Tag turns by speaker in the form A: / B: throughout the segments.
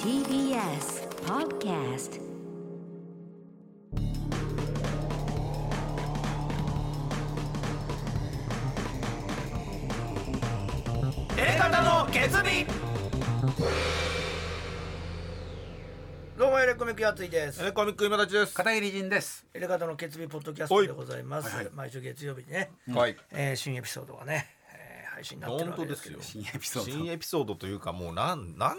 A: TBS Podcast
B: どうもエレコミックやついです。
C: えコミック今立ちです。
D: 片桐仁です。
B: エレガタの決日ポッドキャストでございます。
D: はいはい
B: 毎週月曜日にね、
C: はい。
B: えー新エピソードがね、えー配信になってる
C: 本
B: わ
C: 当
B: け
C: で
B: です
C: す
B: けど
C: よ。。
D: 新エピソード
C: 新エピソードというかもうなんなん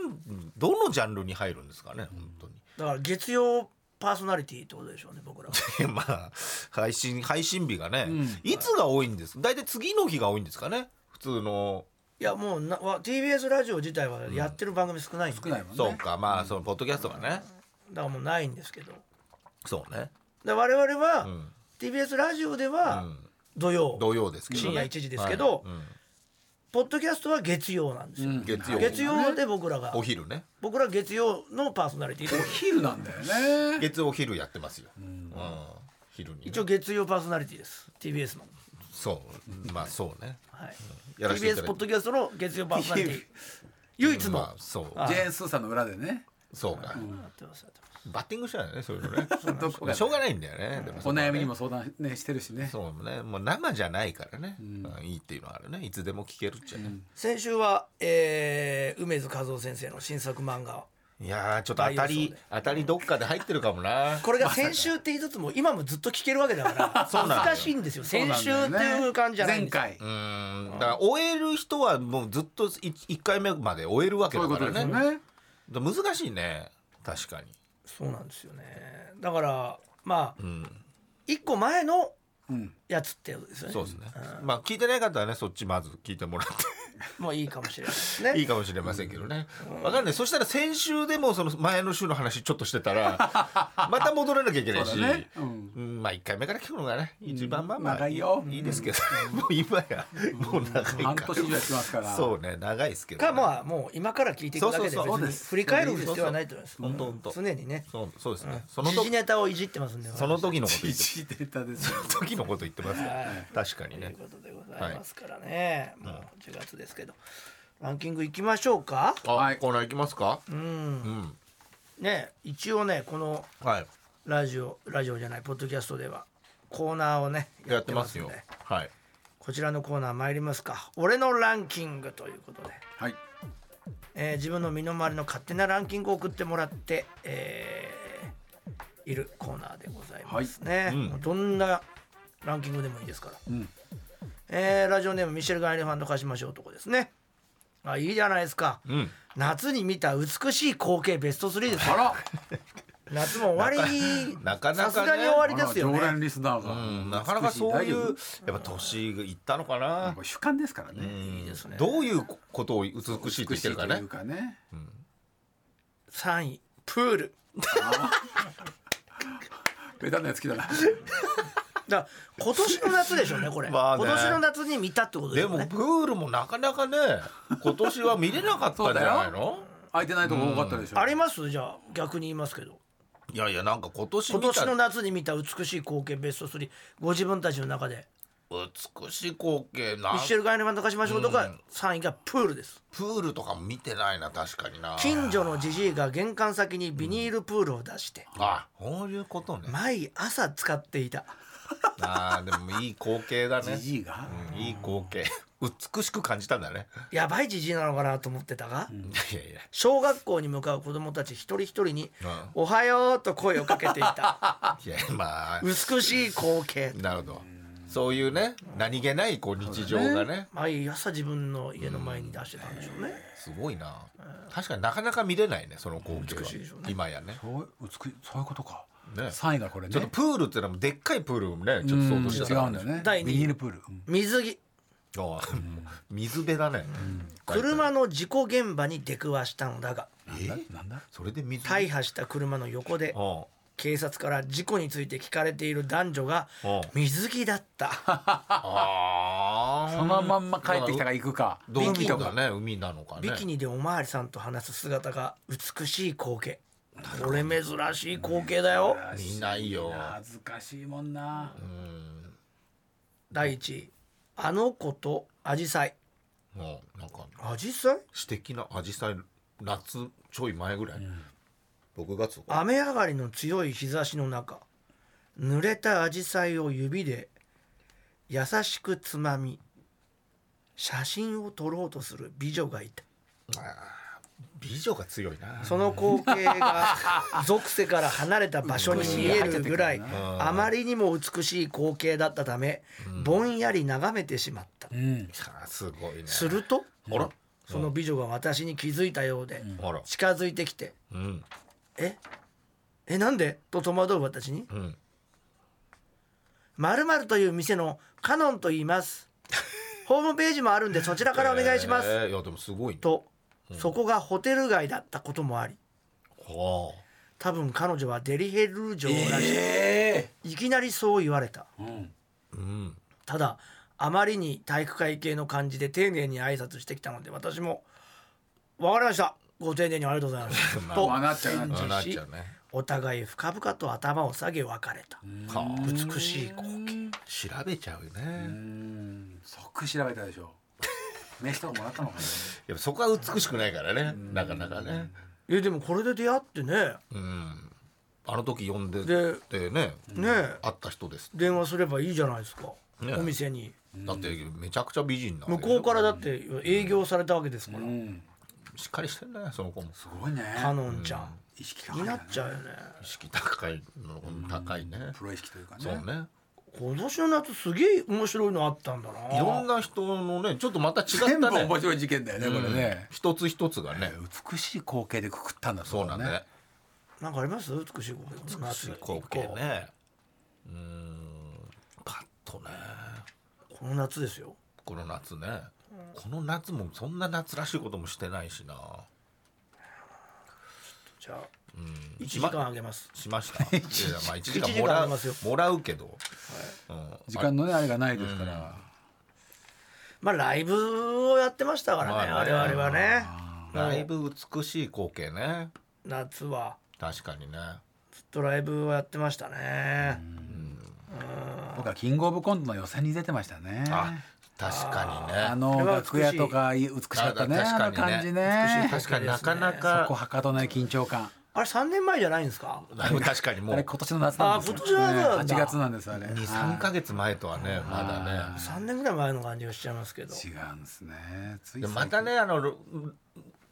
C: どのジャンルに入るんですかね本当に。
B: だから月曜パーソナリティってことでしょうね僕らは。
C: で まあ配信配信日がね、いつが多いんですか。大体次の日が多いんですかね。普通の
B: いやもうなわ TBS ラジオ自体はやってる番組少ないんで、
D: 少ないもんね。
C: そうか、まあそのポッドキャストがね。
B: だからもうないんですけど。
C: そうね。
B: で我々は、
C: ん
B: TBS ラジオでは
C: ん
B: 土曜、
C: 土曜ですけど、ね。
B: 深夜1時ですけど
C: はい
B: ポッドキャストは月曜なんですよ。
C: うん月曜
B: 月曜で僕らが、
C: お昼ね。
B: 僕ら月曜のパーソナリティで
D: お昼なんだよね。
C: 月曜お昼やってますよ。うん。昼にね、
B: 一応月曜パーソナリティです TBS の。
C: そうまあそうね。
B: はい、
C: やらせてい
B: TBS
C: ただいて
B: ポッドキャストの月曜パーソナリ ティ唯一の、
C: まあそう
D: ジェーンスーさんの裏でね。
C: そうか。
B: やってますやってます
C: バッティングしたよねそういうのね。
D: どこが
C: しょうがないんだよね。でも
D: お
C: そこはね
D: 悩みにも相談ねしてるしね。
C: そうね、もう生じゃないからね、うんいいっていうのはあるね、いつでも聞けるっちゃね。
B: 先週は、えー、梅津和夫先生の新作漫画
C: いやー、ちょっと当
B: 大
C: た
B: 予
C: り
B: 想で、
C: 当たりどっかで入ってるかもな。
B: これが先週って言いつつも今もずっと聞けるわけだから
C: そうなんだよ
B: 難しいんですよ先週っていう感じじゃないん
D: 前
B: ですよ
C: う
D: 回。
C: ーん、だから終える人はもうずっとい一回目まで終えるわけ
D: そうい
C: だ
D: うこ
C: か
D: と
C: ら
D: ですよ
C: ね。
D: ね。
C: 難しいね、確かに。
B: そうなんですよねだからまあ、一個前の
D: ん
B: やつってことですよね
C: そうですね。まあ、聞いてない方はね、そっちまず聞いてもらっ
B: もういいかもしれないです
C: て、いい
B: ね
C: かもしれませんけどね。わかんない、そしたら先週でも、その前の週の話ちょっとしてたら、また戻らなきゃいけないし。
D: そうだねうん
C: うんまあ一回目から聞くのがね一番まあまあ
D: 長いよ
C: いいですけど、ね もう今やもう長い
D: 半
C: か
D: 年以上やってますから。
C: そうね長いですけど、ね、
B: かまあもう今から聞いていくだけで別
C: そうそうそう
B: に振り返る必要はないと思います
C: そうそうほんとほんと
B: 常にね
C: そうそうですね、その
B: 時事
C: 時
B: ネタをいじってますんで
C: その時のこと言
D: 一
C: って
D: 時データです よ。
C: その時のこと言ってますよ、
B: はい
C: 確かに
B: という
C: ね
B: ことでございますからね、もう10月ですけどランキングいきましょうか
C: あ、
D: はい
C: コーナー行きますか
B: う
C: うんん
B: ね一応ねこの
C: はい
B: ラジオラジオじゃないポッドキャストではコーナーをね
C: やってますよ
B: やってんで
C: はい
B: こちらのコーナー参りますか俺のランキングということで、
D: はい。
B: えー自分の身の回りの勝手なランキングを送ってもらって、えーいるコーナーでございますね、
C: いうん
B: もうどんなランキングでもいいですから
D: うん。
B: えーラジオネームミシェル・ガンエレファント化しましょうとこですねあいいじゃないですか、
C: うん
B: 夏に見た美しい光景ベスト3です
D: あ
B: よ
D: ら。
B: 夏も終わり
C: なかなか
B: さ
C: ね
B: すがに終わりですよ
D: 常連
B: ね
D: リスナー
C: うん、
D: が。
C: なかなかそういう
D: 美し
C: やっ
D: 大丈
C: ぱ年がいったのかな
D: 夫。これ主観ですから
C: う
D: ね。
C: ん
B: いいですね
C: どういうことを美しいと言ってるか
D: 美しいと
C: ね
D: いうかね。
B: 3位プール
D: ベタなやつ来 たな。
B: だから今年の夏でしょうねこれ
C: まあね
B: 今年の夏に見たってことですよ
C: でも
B: ね
C: プールもなかなかね今年は見れなかったんじゃないの
D: 空いてないとこ多かったでしょ。
B: ありますじゃあ逆に言いますけど
C: いやいやなんか今年
B: 今
C: 見た
B: 年の夏に見た美しい光景ベスト3ご自分たちの中で
C: 美しい光景な
B: ミシェル・ガンエレファント化しましょうとか3位がプールです
C: プールとかも見てないな確かにな
B: 近所のじじいが玄関先にビニールプールを出して、
C: あこういうことね
B: 毎朝使っていた
C: あーでもいい光景 だね
D: じじいが。
C: うんいい光景美しく感じたんだね
B: やばいじじいなのかなと思ってたが、
C: いやいや
B: 小学校に向かう子どもたち一人一人に
C: う
B: 「
C: ん
B: おはよう」と声をかけていた
C: いやまあ
B: 美しい光景
C: なるほどそういうね何気ないこう日常がね
B: 毎朝自分の家の前に出してたんでしょうね
C: すごいな確かになかなか見れないねその光景は
B: 美しいでしょうね
C: 今やね
D: そう美しいそういうことか。
C: ね
D: 三位がこれね。
C: ちょっとプールっていうのはでっかいプールをねちょっと想像して
D: 違
C: た
D: うんだよね。
B: 第二位
D: ビニールプール。うん
B: 水着
C: あー水辺だね
B: 車の事故現場に出くわしたのだが
C: え
D: なんだ。
C: それで水
B: 大破した車の横で
C: あ
B: 警察から事故について聞かれている男女が
C: うん
B: 水着だった
C: あー
D: そのまんま帰ってきたか行くか。
C: どう
B: ビキニ
C: だね海なのかね
B: ビキニでおまわりさんと話す姿が美しい光景これ珍しい光景だよ
C: 見ないよ
D: 恥ずかしいもんな。
B: 第一位あの子とアジサイ
C: もうなんか
B: アジサイ
C: 詩的な紫陽花夏ちょい前ぐらい、6月とか
B: 雨上がりの強い日差しの中濡れたアジサイを指で優しくつまみ写真を撮ろうとする美女がいた
C: 美女が強いな
B: その光景 が俗世から離れた場所に見えるぐらい
D: 美しい
B: あまりにも美しい光景だったためぼんやり眺めてしまった
D: うん。
C: あすごいね
B: すると
C: あら
B: その美女が私に気づいたようで
C: あら
B: 近づいてきて
C: うん
B: 「ええなんで?」と戸惑う私に
C: うん
B: まるまるという店のカノンと言い ます。ホームページもあるんでそちらからお願いします。
C: えーいやでもすごいね
B: と、そこがホテル街だったこともあり、
C: は
B: 多分彼女はデリヘル城らしい、
D: え
B: いきなりそう言われた。
D: え。うん。
C: あうん
B: ただ、あまりに体育会系の感じで丁寧に挨拶してきたので、私も、わかりました。ご丁寧にありがとうござい ます。
C: まあ
B: と
D: まあなっちゃうな
B: 返
D: っち
C: あ
D: ゃう
B: 事
C: なっち
B: し
C: ゃう、ね
B: お互い深々と頭を下げ別れた。
C: はあ
B: 美しい光景。
C: 調べちゃうよね
D: うん。即調べたでしょ。飯とかもらったのかな。
C: やっぱそこは美しくないからねなかなかね
B: え、でもこれで出会ってね、
C: うんあの時呼んで
B: で
C: ってね
B: ねえ、
C: 会った人です
B: 電話すればいいじゃないですか、
C: ね
B: お店に
C: だってめちゃくちゃ美人なわ
B: 向
C: けでしょ
B: こうからだって営業されたわけですから、
D: うん。
C: しっかりしてんねその子も
D: すごいね。
B: カノンちゃん、
D: 意識
B: 気
D: 高い
B: に
D: んだ
B: な
D: ね
B: っちゃうよね
C: 意識高いの高いね
D: プロ意識というかね。
C: そうね
B: 今年の夏すげえ面白いのあったんだない
C: ろんな人のねちょっとまた違
D: 全
C: っ
D: 部
C: た
D: 面
C: ね
D: 白い事件だよね、これね。
C: 一つ一つがね
D: 美しい光景でくくったんだ
C: そうなんだね
B: なんかあります美しい光景
C: 美
B: 美
C: しい光景ねうーんパッとね
B: この夏ですよ
C: この夏ねこの夏もそんな夏らしいこともしてないしな
B: じゃあ
C: う
B: 1
C: ん
B: 時間あげます
C: しましたいやいやまあ1時
B: 一時
C: 間
B: 間
C: もら
B: あ
C: う
B: りますよ
C: もらうけど、うん
D: 時間のね、あれがないですから。
B: まあライブをやってましたからね、
C: まあね
B: 我々はね
C: ライブ美しい光景ね
B: 夏は
C: 確かにね
B: ずっとライブをやってましたね、
D: 僕はキングオブコントの予選に出てましたね。
C: あ確かにね
D: あ
B: こ
D: の
B: れは美しい
D: 楽屋とか美しかったね。
C: あ
D: あ
C: 確
D: の
C: かにね
D: 感じ
C: 美しい確
D: ね。
C: かになかな
D: そこ
C: か、
D: はかどない緊張感。
B: あれ3年前じゃないんですか
C: 確かにも
D: あ
C: う
D: れ今年の夏なんです
B: あ今
D: よ。
B: 年の夏なんだ
D: 8月なんですあれ。
C: 二三ヶ月前とはねまだね
B: 3年ぐらい前の感じがしちゃいますけど
D: 違うんですね。つい
C: で
D: 最近
C: また。ねあのろ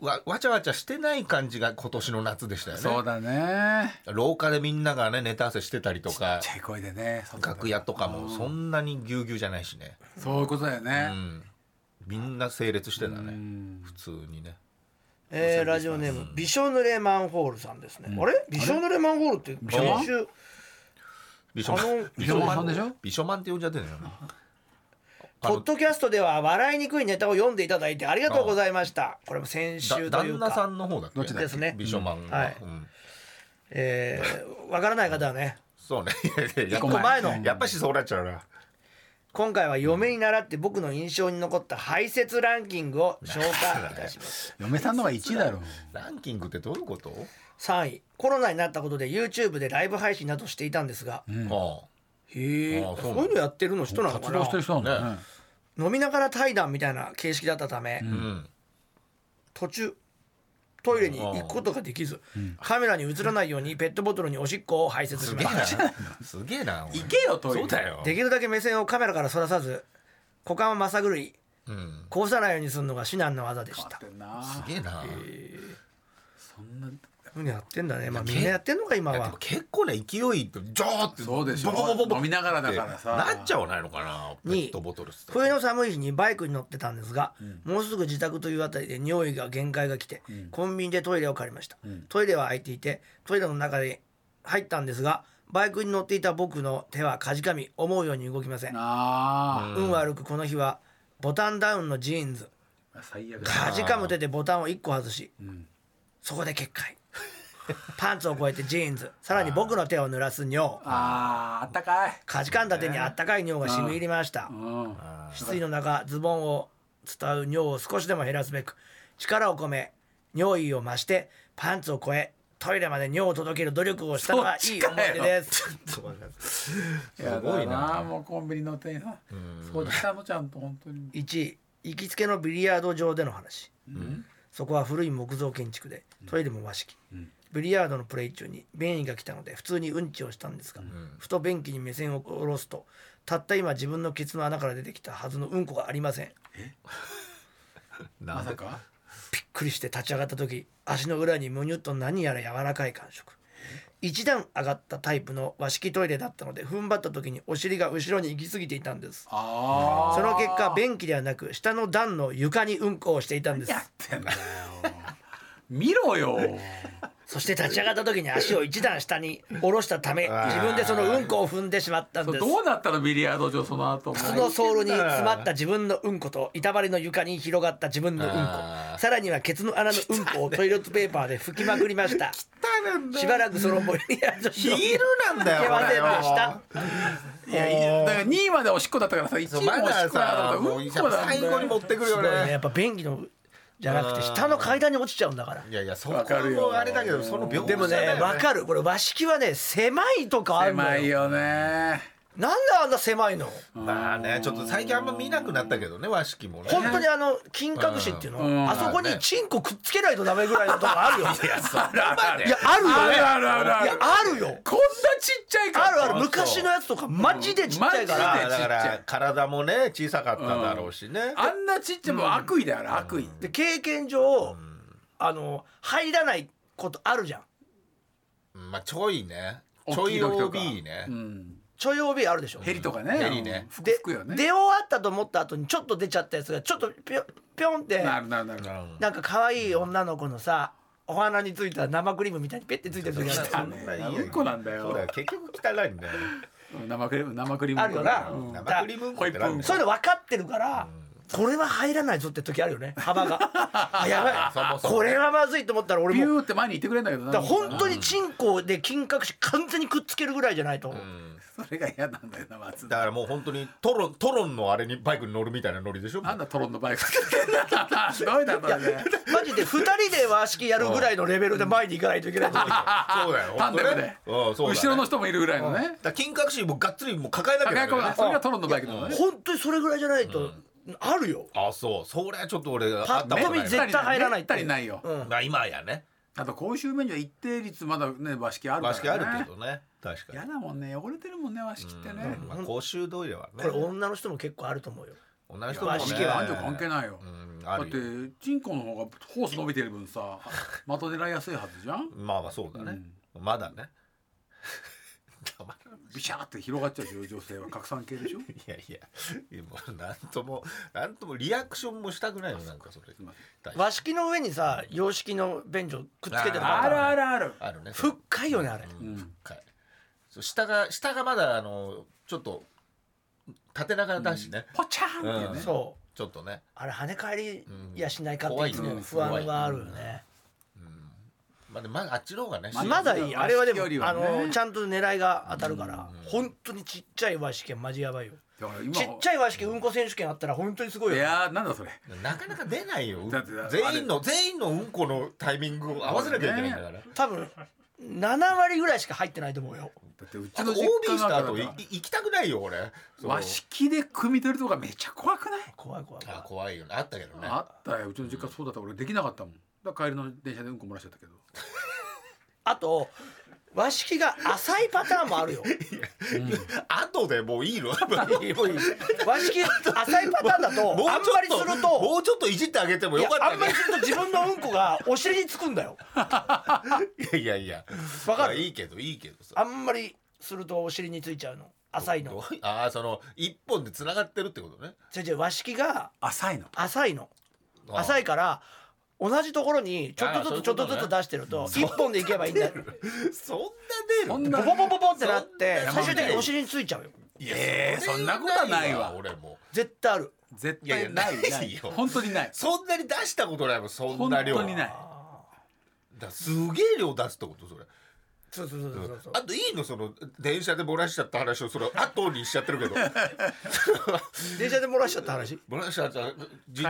C: わわちゃわちゃしてない感じが今年の夏でしたよね
D: そうだね。
C: 廊下でみんながねネタ合わせしてたりとか
D: ちっちゃい声でね。
C: 楽屋とかもそんなにぎゅうぎゅうじゃないしね、
D: そういうことだ
C: う
D: よね。
C: ん、みんな整列してた
D: う
C: ね
D: ん
C: 普通にね
B: えー、ラジオネーム、びしょ濡れマンホールさんですね、あれびしょ濡れマンホールって
D: しょマ
B: 先
D: ン
B: 週
C: 美少
B: あの
C: 美
D: 美少年でしょ
C: 美少年って呼んじゃってんのよなあ
B: ポ
C: の
B: ッドキャストでは笑いにくいネタを読んでいただいてありがとうございましたこれも先週
C: だ
B: という
C: 旦那
B: か
C: さんの方だっけ
D: どっちだっけ
B: ですね
C: 美少年が、
B: はい
C: うん
B: えー、わからない方はね
C: そうね いやいや
B: 一個前の
C: やっぱしそうなっちゃうな
B: 今回は嫁に習って僕の印象に残った排泄ランキングを紹介いたし ます
D: 嫁さんのが1位だろう。
C: ランキングってどういうこと、
B: 3位コロナになったことで YouTube でライブ配信などしていたんですが、
C: あ
B: へえ
C: ああそ
B: そう
C: うな
B: ん
C: だ
B: いうのやってるの人なのか
D: 活動
B: な
D: してる人なんだよね
C: ね。
B: 飲みながら対談みたいな形式だったため、
C: あうん
B: 途中トイレに行くことができず、カメラに映らないようにペットボトルにおしっこを排泄し
C: す
B: ま
C: げえな
B: した
C: すげえな お前
D: 行けよトイレ。
C: そうだよ
B: できるだけ目線をカメラからそらさず股間をまさぐるい
C: うん
B: こぼさないようにするのが至難の技でし
D: 変わ
B: た
D: ってんな。
C: すげえな、
D: そんな。
B: ふうにやってんだねまあみんなやってんのか今
C: いやで
B: は
C: も結構ね勢いとジョーって
D: そうでしょ
C: ボボボボボ
D: 飲みながらだからさ
C: ってなっちゃわないのかなペ
B: に
C: ットボトルっつって
B: 冬の寒い日にバイクに乗ってたんですが、もうすぐ自宅というあたりで匂いが限界が来て、コンビニでトイレを借りました、トイレは空いていてトイレの中で入ったんですがバイクに乗っていた僕の手はかじかみ思うように動きません
D: あ
B: 運悪くこの日はボタンダウンのジーンズ
D: あ。最悪だ。
B: かじかむ手でボタンを1個外し、そこで決壊パンツを越えてジーンズさらに僕の手を濡らす尿
D: ああ、あったかい。
B: かじかんだ手にあったかい尿が染み入りました
D: うん。
B: 失意の中ズボンを伝う尿を少しでも減らすべく力を込め尿意を増してパンツを越えトイレまで尿を届ける努力をしたのがいい思い出です
D: や
C: すご
D: だ
C: い
D: な
C: な
D: もうコンビニの店員さん掃除したのちゃんと本当に
B: 1位行きつけのビリヤード場での話、そこは古い木造建築でトイレも和式、ビリヤードのプレイ中に便意が来たので普通にうんちをしたんですが、ふと便器に目線を下ろすとたった今自分のケツの穴から出てきたはずのうんこがありません
C: な
D: ま
C: ん
D: さ
C: で
D: か
B: びっくりして立ち上がった時足の裏にむにゅっと何やら柔らかい感触一段上がったタイプの和式トイレだったので踏ん張った時にお尻が後ろに行き過ぎていたんです
D: ああ
B: その結果便器ではなく下の段の床にうんこをしていたんです
D: やってんだよ 見ろよ
B: そして立ち上がった時に足を一段下 に下ろしたため自分でそのうんこを踏んでしまったん
D: そう
B: です
D: どうなったのビリヤード場その後も
B: 靴のソールに詰まった自分のうんこと板張りの床に広がった自分のうんこ
C: あー
B: さらにはケツの穴のうんこをトイレットペーパーで拭きまくりま した
C: なんだ
B: しばらくそのボ リアード
C: ヒールなんだよ
B: いけませんでした
D: いやいやだから2位までおしっこだったからさ1
C: そう
D: 位
C: ま
D: もおしっ
C: だ
D: こ
C: さもう
D: だと思ったらうんこだ
C: 最後に持ってくる
B: すご
C: よ
B: いね
C: ね
B: やっぱ便器のじゃなくて下の階段に落ちちゃうんだから
C: いやいやそ
D: わ
C: こ
D: かるよ
C: もあれだけどその秒
B: でもねわかるこれ和式はね狭いとかあるの
D: 狭い
B: よ
D: よね
B: なんであんな狭いの
C: まあねちょっと最近あんま見なくなったけどね和式もね
B: 本当にあの金閣寺っていう
D: う
B: の
D: ん
B: あそこにチンコくっつけないとダメぐらいのとこあるよ
D: あるある
B: いや あるよね
D: あるあるあるある
B: いやあるよ
D: こんなちっちゃいから
B: あるある
C: そう
B: 昔のやつとかマジでちっちゃいか
D: マジ
B: ら
D: で
C: だから体もね小さかっただろうしね
D: あんなちっちゃいもう悪意だよあれ悪意
B: で経験上あの入らないことあるじゃん
C: まあちょいねち
D: 大
C: ょ
D: きい
C: い
D: 時とか
C: OB ね
D: うん
B: ちょい OB あるでしょ
D: ヘリとかね
C: ヘリね
D: ふく
B: で
D: ふくよ
B: 出終
D: ね
B: わったと思った後にちょっと出ちゃったやつがちょっとぴょぴょんって
D: なるなるなる
C: うん
B: なんか可愛い女の子のさお花についた生クリームみたいにペッてついてる時
C: そ
B: ある
C: んないいよ
D: うんこなんだよ
C: そうだよ結局汚いんだよ
D: 生クリーム生クリーム
B: あるよな
D: うん
B: だ
C: 生クリームうんこってなんだよ
B: そういうの分かってるからこれは入らないぞって時あるよね幅があや
C: そ
B: ば
C: も
B: い
C: そも
B: これはまずいと思ったら俺
D: ビ
B: も
D: ューって前に行ってくれんだけどな
B: だから本当にチンコで金閣し完全にくっつけるぐらいじゃないと
C: うん
D: それが嫌なんだよな松
C: だ
D: 田
C: からもう本当にトロントロンのあれにバイクに乗るみたいなノリでしょ
D: なんだトロンのバイクひどいなそれね
B: マジで2人で和式やるぐらいのレベルで前に行かないといけないと思う
C: そうだよ
D: タンデムで
C: うんそうだね
D: 後ろの人もいるぐらいのね
C: だから金閣寺もがっつりもう抱えなきゃい
D: 高い
C: け
D: 子
C: ない
D: が
C: ね
D: それがトロンのバイクなのね
B: 本当にそれぐらいじゃないと、あるよ
C: あそうそれはちょっと俺が
B: パ
C: あ
B: ッ
C: っ
B: と
C: たこと
B: 見
C: ない
B: 絶対入らないって
D: めったにないよ
B: うん
C: まあ今やね
D: あと公衆免除は一定率まだね和式あるか
C: 和
D: らね
C: 式あるけどね確か
D: 嫌だもんね汚れてるもんね和式ってね
C: に、まあ、公衆トイレはね
B: これ女の人も結構あると思うよ
C: 同じ人も
B: 和
C: ね
B: 式
D: いや
B: は
D: 男女関係ないよ
C: うん
D: だ
C: あ
D: っ
C: る
D: て
C: よ
D: チンコの方がホース伸びてる 分さ的狙いやすいはずじゃん
C: まあまあそうだね、まだね黙らない
D: ビシャーって広がっちゃうでしょ女性は拡散系でしょ
C: いやいやいやもうなんともなんともリアクションもしたくないよなんかそれ
D: いま
B: 和式の上にさ洋式の便所くっつけてる
D: あ
B: パタ
D: る
B: ーン
D: あるある
C: あるね
B: 深いよねあれ、
C: うん深いそう下が下がまだあのちょっと縦長だしね、
D: ポチャーンってね
B: そう
C: ちょっとね
B: あれ跳ね返りやしないかっていう
C: うん
B: ね
C: 怖
B: 不
C: い
B: 安があるよね、
C: まあでもまだあっちの方がね、
D: まうん
B: まだいいあれはで
D: 和式
B: も
D: より
B: あ
D: はね
B: のちゃんと狙いが当たるから、本当にちっちゃい和式はマジやばいよ
D: だから今
B: ちっちゃい和式うんこ選手権あったら本当にすごい
D: い
B: よ
D: やーなんだそれ
C: なかなか出ないよ
D: だってだ
C: 全員の全員のうんこのタイミングを合わせなきゃいけないんだから、
B: 多分7割ぐらいしか入ってないと思うよ
D: だってうち
C: あと
D: の
C: OB
D: 実家
C: した
D: が
C: 後いい行きたくないよ俺その
D: 和式で組み取るとかめっちゃ怖くない
B: 怖い怖い怖い
C: あ怖いよねあったけどね
D: あったようちの実家そうだった俺できなかったもんだから帰りの電車でうんこ漏らしちゃったけど
B: あと和式が浅いパターンもあるよ
C: 後でもういいの
B: 和式浅いパターンだとあんまりすると
C: もうちょっといじってあげても
B: いや
C: よかった
B: あんまりすると自分のうんこがお尻につくんだよ
C: りいやいや
B: わかる
C: まあいいけどいいけどさ
B: あんまりするとお尻についちゃうの浅いの
C: どうああその一本でつながってるってことね
B: じゃじゃ和式が
D: 浅いの
B: 浅いの
C: あ
B: 浅いから同じところにちょっとずつちょっとずつ出してると一本でいけばいいんだよ
C: そんな出
D: そ
C: る
D: ん
B: ボ
D: な
B: ボボボボってなって
D: そんな
B: 最終的にお尻についちゃうよ
C: いや
D: えーそんなことはないわ
C: 俺も
B: 絶対ある
D: 絶
C: いやいや
D: 対ない
C: ない
D: ない
C: よ
D: 本当にない
C: そんなに出したことないもんそん
D: 本
C: な量
D: 当にない
C: だすげえ量出すってことそれ
B: そうそうそうそうそう
C: あといいのその電車で漏らしちゃった話をそれ後にしちゃって るけど
B: 電車で漏らしちゃった話
C: 漏らしちゃった神
D: 帰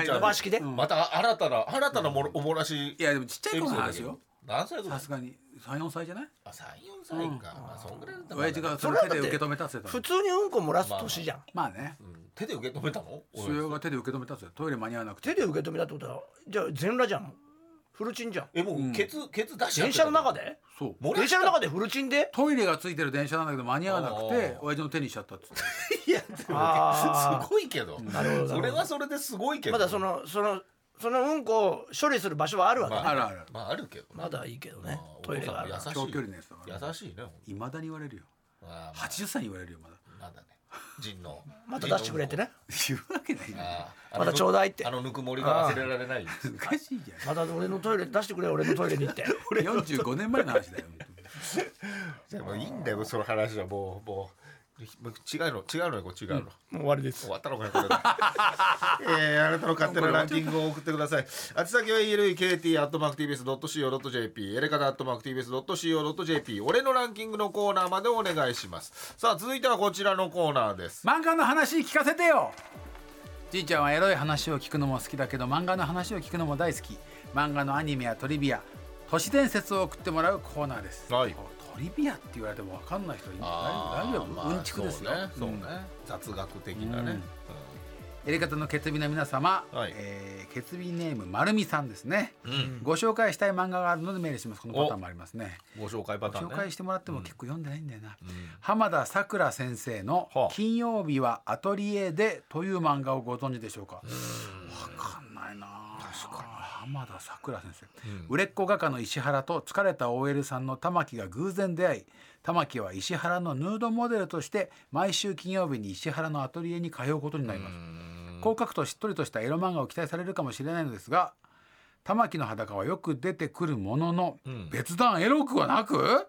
D: り
C: 社
D: の
B: 和式で
C: また新たな新たなもろお漏らし
D: いやでもちっちゃい子の話よ
C: 何歳ぐらい
D: さすがに34歳じゃない
C: あ三四歳か、まあそんぐらいだったらまだ
D: 親父がそれを手で受け止めたせた
B: 普通にうんこ漏らす年じゃん
D: まあね
C: うん手で受け止めたの
D: 父親が手で受け止めたせトイレ間に合わなくて
B: 手で受け止めたってことはじゃあ全裸じゃんフルチンじゃん
C: えもうケツケツ出しちゃっ
B: 電
C: て
B: 車
C: た
B: の中で
D: そう
C: 漏ら
B: 電
C: した
B: 車の中でフルチンで
D: トイレがついてる電車なんだけど間に合わなくて
C: あー
D: 親父の手にしちゃったっつって
C: いやで
B: あ
C: も
B: ー
C: すごいけどそれはそれですごいけど
B: まだそのそのそのうんこを処理する場所はあるわけ、
C: ま
D: あるある
C: まああるけどね
B: まだいいけどね
C: まあ
B: トイレがある
C: お父さんも優し
D: 長
C: い
D: 距離のやつだから
C: 優しいねほんと
D: いまだに言われるよ
C: あー
D: 80歳に言われるよまだ
C: まだね人の
B: また出してくれってね
D: 言うわけないよ
C: あーあの
B: またちょうだいって
C: あのぬくもりが忘れられ ない
D: おかしいじゃ
B: ま
D: ん
B: た俺のト イレ出してくれ俺のトイレに行って
D: 45年前の話だよ本当に
C: じゃあもういいんだよその話はもうもうもう違うの違うのよこれ違うの、
B: もう終わりです
C: 終わったのかよこれで、 えー、あなたの勝手なランキングを送ってください宛先は elekt.tbs.co.jp エレカタ .tbs.co.jp 俺のランキングのコーナーまでお願いしますさあ続いてはこちらのコーナーです
D: 漫画の話聞かせてよじいちゃんはエロい話を聞くのも好きだけど漫画の話を聞くのも大好き漫画のアニメやトリビア都市伝説を送ってもらうコーナーです、
C: はい
D: トリビアって言われても分かんない人いる大丈夫大丈夫、うんちくですよ
C: そうね
D: うん
C: 雑学的なね、
D: やり方の決備の皆様、
C: はい
D: えー、決備ネームまるみさんですね、
C: ん
D: ご紹介したい漫画があるのでメールしますこのパターンもありますね
C: ご紹介パターン
D: 紹
C: ね
D: 介してもらっても結構読んでないんだよな、浜田さくら先生の
C: はあ
D: 「金曜日はアトリエで」という漫画をご存知でしょうかわかんないな確かに浜田さくら先生、売れっ子画家の石原と疲れた OL さんの玉木が偶然出会い玉木は石原のヌードモデルとして毎週金曜日に石原のアトリエに通うことになります広角としっとりとしたエロ漫画を期待されるかもしれないのですが玉木の裸はよく出てくるものの、別段エロくはなく、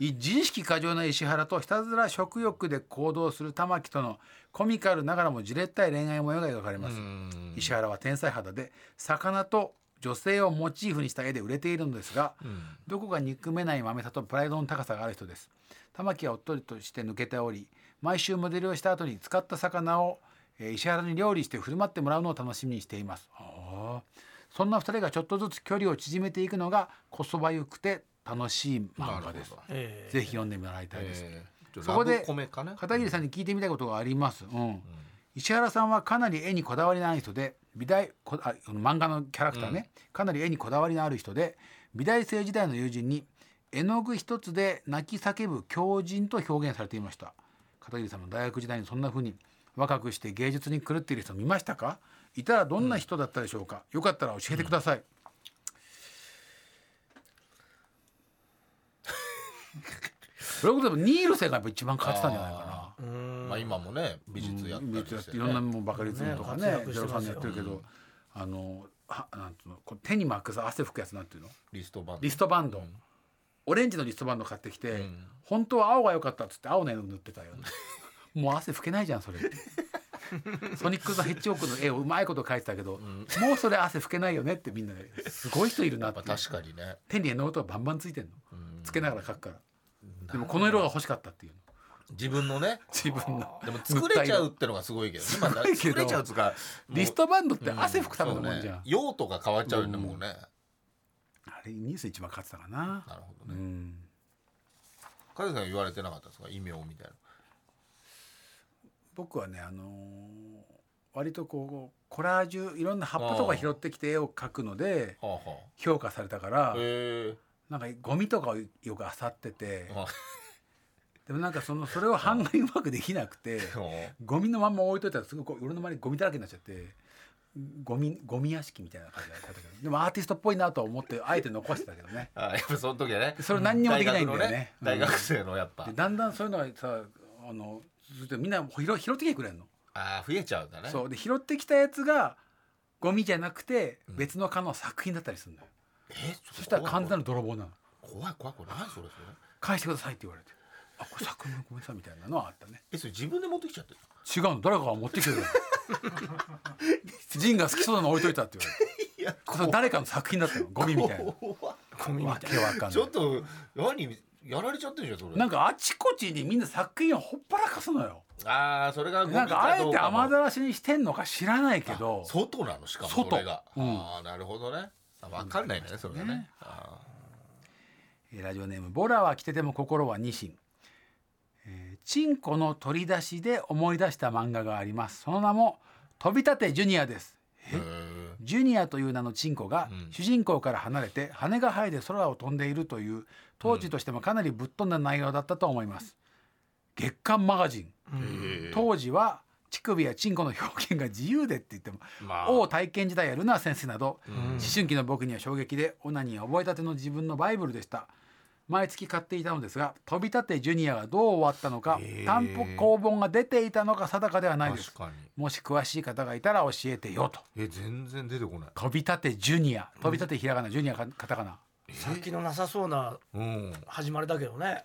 D: い自意識過剰な石原とひたすら食欲で行動する玉木とのコミカルながらもじれったい恋愛模様が描かれます石原は天才肌で魚と女性をモチーフにした絵で売れているのですが、どこか憎めない豆さとプライドの高さがある人です玉木はおっとりとして抜けており毎週モデルをした後に使った魚を、えー石原に料理して振る舞ってもらうのを楽しみにしていますああそんな2人がちょっとずつ距離を縮めていくのがこそばゆくて楽しい漫画です
B: え
D: ぜひ読んでもらいたいです、
C: えー
D: そこで
C: ラブコメかな
D: 片桐さんに聞いてみたいことがあります、うん石原さんはかなり絵にこだわりのある人で美大こあこの漫画のキャラクターね、かなり絵にこだわりのある人で美大生時代の友人に絵の具一つで泣き叫ぶ狂人と表現されていました片桐さんの大学時代にそんな風に若くして芸術に狂っている人見ましたかいたらどんな人だったでしょうか、よかったら教えてください、それこそニールセがやっぱ一番勝ってたんじゃないかな
C: まあ今もね美術やったりして
D: いろんなもんバカリズムとかね
B: ね活躍して
D: ゼロ
B: ま
D: さん
B: す
D: で
B: よ
D: やってるけど、あのはなんつうのこう手に巻くさ汗拭くやつなんていうの
C: リストバンド
D: リストバンド、オレンジのリストバンド買ってきて、
C: ん
D: 本当は青が良かったっつって青の絵の具塗ってたよもう汗拭けないじゃんそ れってソニック・ザ・ヘッジホックの絵をうまいこと描いてたけど、もうそれ汗拭けないよねってみんなですごい人いるなって
C: まあ確かにね
D: 手に絵の具とかバンバンついてんの、つけながら描くからでもこの色が欲しかったっていうの
C: 自分のね
D: 自分の
C: でも作れちゃうってのがすごい けど今
D: ごいけど
C: 作れちゃうっつうかもう
D: リストバンドって汗拭くためのもんじゃん、
C: そうね用途が変わっちゃうよねもうね
D: あれニュース一番勝ってたかな。
C: なるほ
D: う
C: どね
D: ん。
C: 加藤さん言われてなかったですか異名みたいな
D: 僕はねあのー割とこうコラージュいろんな葉っぱとか拾ってきて絵を描くので
C: は
D: 評価されたから
C: あはあへえ
D: なんかゴミとかをよく漁ってて
C: あ
D: でもなんかそのそれを版画にうまくできなくてゴミのまんま置いといたらすぐこう俺の周りゴミだらけになっちゃって。ゴミゴミ屋敷みたいな感じだったけどでもアーティストっぽいなとは思ってあえて残してたけどね
C: あやっぱその時はね
D: それ何にもできないんだよね
C: 大学の大
D: うん
C: 学生のやっぱ
D: でだんだんそういうのはさあのずっとみんな拾拾ってきてくれんの
C: ああ増えちゃうんだね
D: そうで拾ってきたやつがゴミじゃなくて別の科の作品だったりするんだよ、
C: えちょっと
D: そしたら完全
C: 怖い
D: な泥棒なの
C: 怖い怖いこれ何それそれ
D: 返してくださいって言われてあこれ作品ごめんなさいみたいなのはあったね
C: えそれ自分で持ってきちゃってる
D: 違うの誰かが持ってきてるのジンが好きそうなの置いといたって言われて
C: いや
D: これ誰かの作品だったのゴミみたいな
C: 怖い
B: ー、ゴミみ
D: わ
B: たい
D: けわかん
C: ち
D: な
C: ょ
D: い
C: っと何やられちゃってるじゃんそれ
D: なんかあちこちにみんな作品をほっぱらかすのよ
C: ああそれがゴミ
D: なんかあえ
C: どう
D: て
C: も
D: 雨ざらしにしてんのか知らないけど
C: 外なのしかも
D: 外
C: それが、
D: うん
C: ああなるほどねあわかんないねそれがね
D: ね
C: あ
D: えーラジオネーム「ボラは着てても心はニシン」えーチンコの取り出しで思い出した漫画がありますその名も「飛び立てジュニア」です
C: ーへー
D: ジュニアという名のチンコが
C: うん
D: 主人公から離れて羽が生えて空を飛んでいるという当時としてもかなりぶっ飛んだ内容だったと思います月刊マガジン
C: えー
D: 当時は乳首やチンコの表現が自由でって言っても
C: まあ
D: 王体験時代やルナー先生など
C: うん
D: 思春期の僕には衝撃でオナニー覚えたての自分のバイブルでした毎月買っていたのですが飛び立てジュニアがどう終わったのか
C: へえ
D: 担保公本が出ていたのか定かではないです
C: 確かに
D: もし詳しい方がいたら教えてよと
C: え全然出てこない
D: 飛び立てジュニア飛び立てひらがなジュニアかカタカナ
B: 先のなさそうな
C: うん
B: 始まりだけどね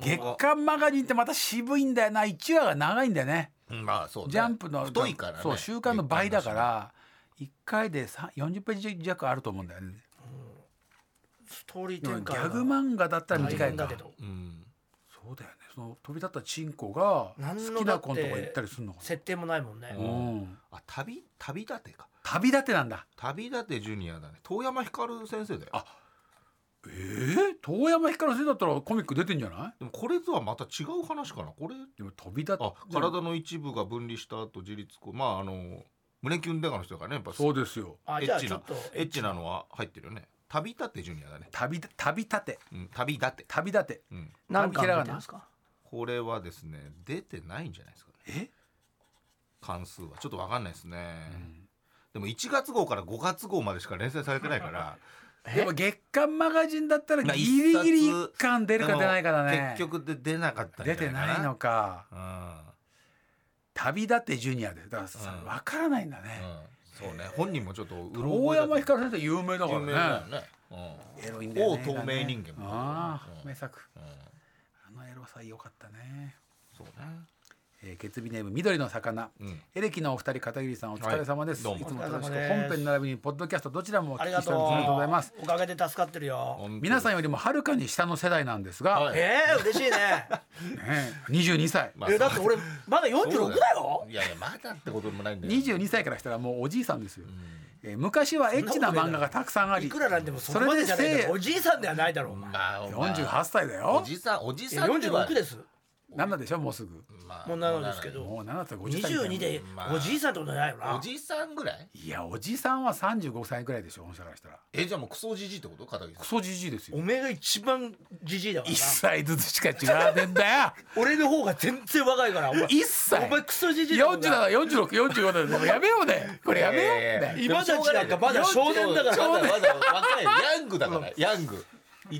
D: 月刊マガジンってまた渋いんだよな1話が長いんだよね
C: まあそうね
D: ジャンプの
C: 太いからね
D: そう週刊の倍だから1回でさ40ページ弱あると思うんだよね
B: ストーリー
D: でも
B: 展
D: ギ
B: 開
D: ャ
B: が
D: グ漫画だったら
B: 大
D: 短い
B: 変
D: か
B: だけど
C: うん
D: そうだよねその飛び立ったチンコが
B: 何
D: 好
B: の
D: き
B: だ
D: な
B: って
D: 子のとか行ったりするのか
B: 設定もないもんね
D: な、
C: う
D: うん、
C: あ旅旅立てか
D: 旅立てなんだ
C: 旅立てジュニアだね遠山光先生だよ
D: あえー、遠山光先生だったらコミック出てんじゃない
C: でもこれとはまた違う話かなこれ
D: でも飛び立って
C: あ体の一部が分離した後自立こまああの胸キュンデカの人がねやっぱ
D: そうですよ
B: あ
C: エ
B: じゃ
C: ッ
B: あ
C: チ
B: ちょ
C: な
B: っと
C: エッチなのは入ってるよね旅立てジュニアだね、
D: 旅立旅立て
C: うん、旅立て、
D: 旅立て
C: うん、
B: 何巻
D: ひらが
B: 出て
D: な
B: ますか
C: これはですね出てないんじゃないですかね
D: え
C: 関数はちょっとわかんないですね、でも1月号から5月号までしか連載されてないから
D: でも月刊マガジンだったら
C: まあ
D: ギリギリ
C: 一冊
D: 1巻 出るか出ないかだね
C: でも結局で出なかったんじ
D: 出
C: ゃないか
D: て
C: な
D: ないのか
C: うん
D: 旅立てジュニアでだからさ、
C: うん
D: 分からないんだね、
C: うんそうね本人もちょっとうろ覚え
D: 大
C: だ
D: 山光先生有名だから
C: 有
D: ね
C: 名だよね
D: エロい
C: うんん
D: だよ
C: 王
D: ね
C: 透明人間も
D: ああ、
C: うん
D: 名作
C: うん
D: あのエロさ良かったね、
C: そうね
D: えー、月日ネーム緑の魚
C: うん
D: エレキのお二人片桐さんお疲れ様です、
C: はい
D: い、
C: ど
D: つ
C: う
D: も
C: も
D: 楽
B: お疲
D: しく
B: れ様で
D: 本
B: す
D: 編並びにポッドキャストどちらもお
B: あ
D: 聞
B: り
D: き
B: が
D: しておりますありがとうございます
B: おかげで助かってるよ
D: 皆さん
C: ん
D: よりもはるかに下の世代なんですが、
C: はい
B: ええ嬉しいね
D: ね、22歳
C: まあ
B: えだって俺まだ
C: そう
B: 46だよ
C: いやいやまだってことでもないんだよ
D: 22歳からしたらもうおじいさんですよ、えー昔はエッチな漫画がたくさんあり
B: いくらなんでもそこまでじゃないだろおじいさんではないだろうお前
C: まあまあ
D: 48歳だ
C: お
D: よ
C: じさんおじ
B: いや
C: さんでは
B: 46です
D: 7でしょもうすぐ
C: まあ
B: もうなのですけど
D: もう7歳50歳
B: 22でおじいさんってことないよ
C: お
B: な
C: じさんぐらい
D: いやおじさんは35歳ぐらいでしょ本社からしたら
C: えじゃあもうクソじじいってこと片桐さ
D: ク
C: ん
D: ソじじいですよ
B: おめえが一番じじいだから
D: 1
B: な
D: 歳ずつしか違わねえんだよ
B: 俺の方が全然若いからお前
D: 1歳
B: お前クソじじいだもんな
D: 474645だよでもやめようねこれやめよう
C: いやいやいや
D: ね
B: 今たちなんかまだ少年だか
C: ちょ
B: ら
C: う
B: ま
C: ど
B: だ
C: まだ若いヤングだからヤング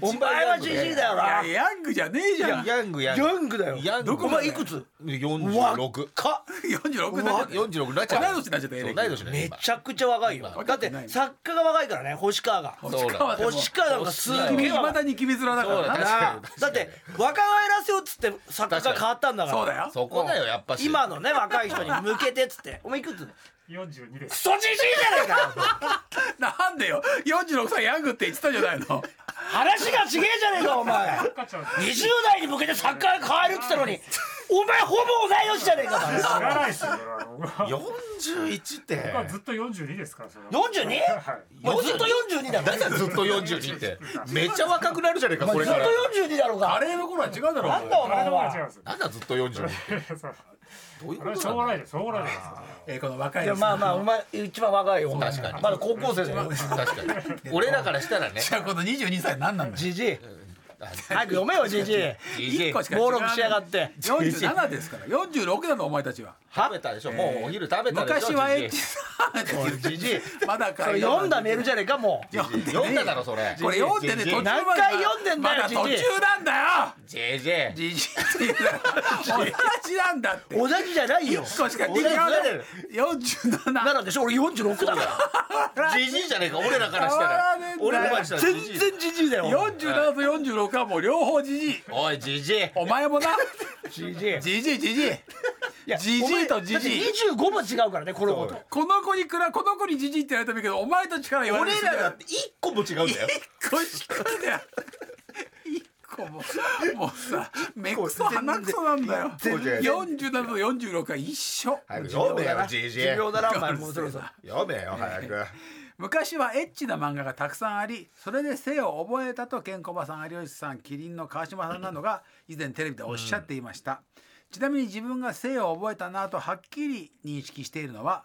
B: お前はじじいだよない
D: やヤングじゃねえじゃん
C: ヤングヤング
B: ヤングだよ
C: ヤング
B: どこお前いくつ
C: 46
B: か
D: 46
C: わ
D: だよ
C: 46になっちゃう
D: 同い年になっちゃっ
C: そ
D: たよ
C: う
D: エレキ
C: 同い年だよ
B: め
C: 今
B: ちゃくちゃ若いよ
D: 若く
B: だって
D: ない
B: 作家が若いからね星川が
C: そう
D: 星川
C: だ
D: でも
B: 星川なんかすげ
D: 君
B: え
D: いまだにきびずらだか
C: そう
D: ら
C: だ
D: な
C: ね
B: なあだって若返らせようっつって作家が変わったんだから
D: そうだよ
C: そこだよやっぱし
B: 今のね若い人に向けてっつってお前いくつ
E: 42です
B: クソじじいじゃないかよ
D: なんでよ46歳ヤングって言ってたじゃない の
B: 話が違えじゃねえかお前
E: 赤ちゃん
B: 20代に向けて作家が変わるっつったのにお前ほぼ同い年じゃねえか
E: 知らないですよだから僕は
C: 41って
E: 僕はずっと42ですからそれは
B: 42?
E: はい
B: もうずっと42だろ
C: だからずっと42ってめっちゃ若くなるじゃねえかこれ
B: ずっ
C: から
B: と42だろう
D: あ
B: が
D: れの頃は違うだろ
B: なんだお
E: あれ
B: 前
E: の方が違
B: は
E: うんですよ
C: なんだずっと42って
E: そう
C: どういう
E: あ
C: こ
E: れはし
C: と
E: ょうが
C: な
E: なん
C: だ
E: いですしょうがないです
D: えーこの若い
B: いや
D: やつ
B: まあまあお前一番若いよ
C: 確かに
B: まだ高校生だよ
C: 確かに俺らからしたらね
D: じゃあこの22歳何なんだよ
B: じじい早く読めよじじい
C: じじい
D: 一個しか違う
B: 暴録しやがって
D: 47ですから46なのお前たちは
C: 食べたでしょもうお昼食べたでしょ
D: 昔はエッ
C: じ
D: チ
C: じい
D: さんって言って
B: じじい
D: まだか
B: それ読んだメールじゃねえかもう
D: 読んでねえよ
C: 読んだだろそれ
D: これ読んでね途中まで
B: 何回読んでんだよ
D: まだ
B: じ
D: 途
B: じい
D: 中なんだよ
C: ジェジェ
D: じじいっていうのは同じなんだって
B: 同じじゃないよ
D: 一個しか違う
B: 同じじゃない
D: 47
B: 7でしょ俺46だから
C: ジジイじゃねえか俺らからし
D: 変
C: た
D: わ
C: ら
D: らねえん
C: 俺ら
D: だよ
C: からしたらジ
B: 全
C: ジイ
B: 然じじいだよ
D: 47と46はもう両方じじい
C: おいジジイ
D: お前もな
B: じじい
D: じじいじじい
B: いや
D: じじいとじじい
B: お前だって25も違うからねこのこと
D: この子にくらこの子にじじいって言われたらいいけどお前たちから言われる
C: 俺らだって一個も違うんだよ
D: 一個しかだよ一個ももうさ目くそ鼻くそなんだよ
C: 全然
D: 47と46は一緒
C: 早く読めよジジイ
B: 寿命だなお前もうそろそろ
C: 読めよ早く
D: 昔はエッチな漫画がたくさんありそれで性を覚えたとケンコバさん有吉さんキリンの川島さんなどが以前テレビでおっしゃっていました、ちなみに自分が性を覚えたなとはっきり認識しているのは、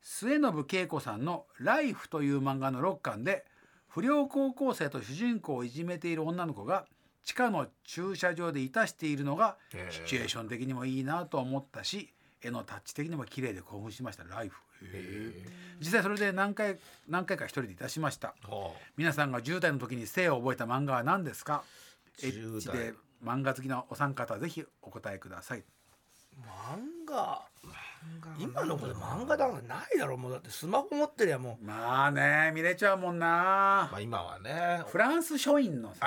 D: 末延恵子さんの「ライフという漫画の6巻で不良高校生と主人公をいじめている女の子が地下の駐車場でいたしているのが
C: へえ
D: シチュエーション的にもいいなと思ったし絵のタッチ的にも綺麗で興奮しました「ライフ実際それで何回何回か一人でいたしました
C: は
D: 皆さんが10代の時に性を覚えた漫画は何ですかエッチ
C: 10代
D: で漫画好きなお三方ぜひお答えください
B: 漫画今の子で漫画なんかないだろもうだってスマホ持ってりゃも
D: まあね見れちゃうもんな
C: あ、まあ今はね
D: フランス書院のさ
C: あ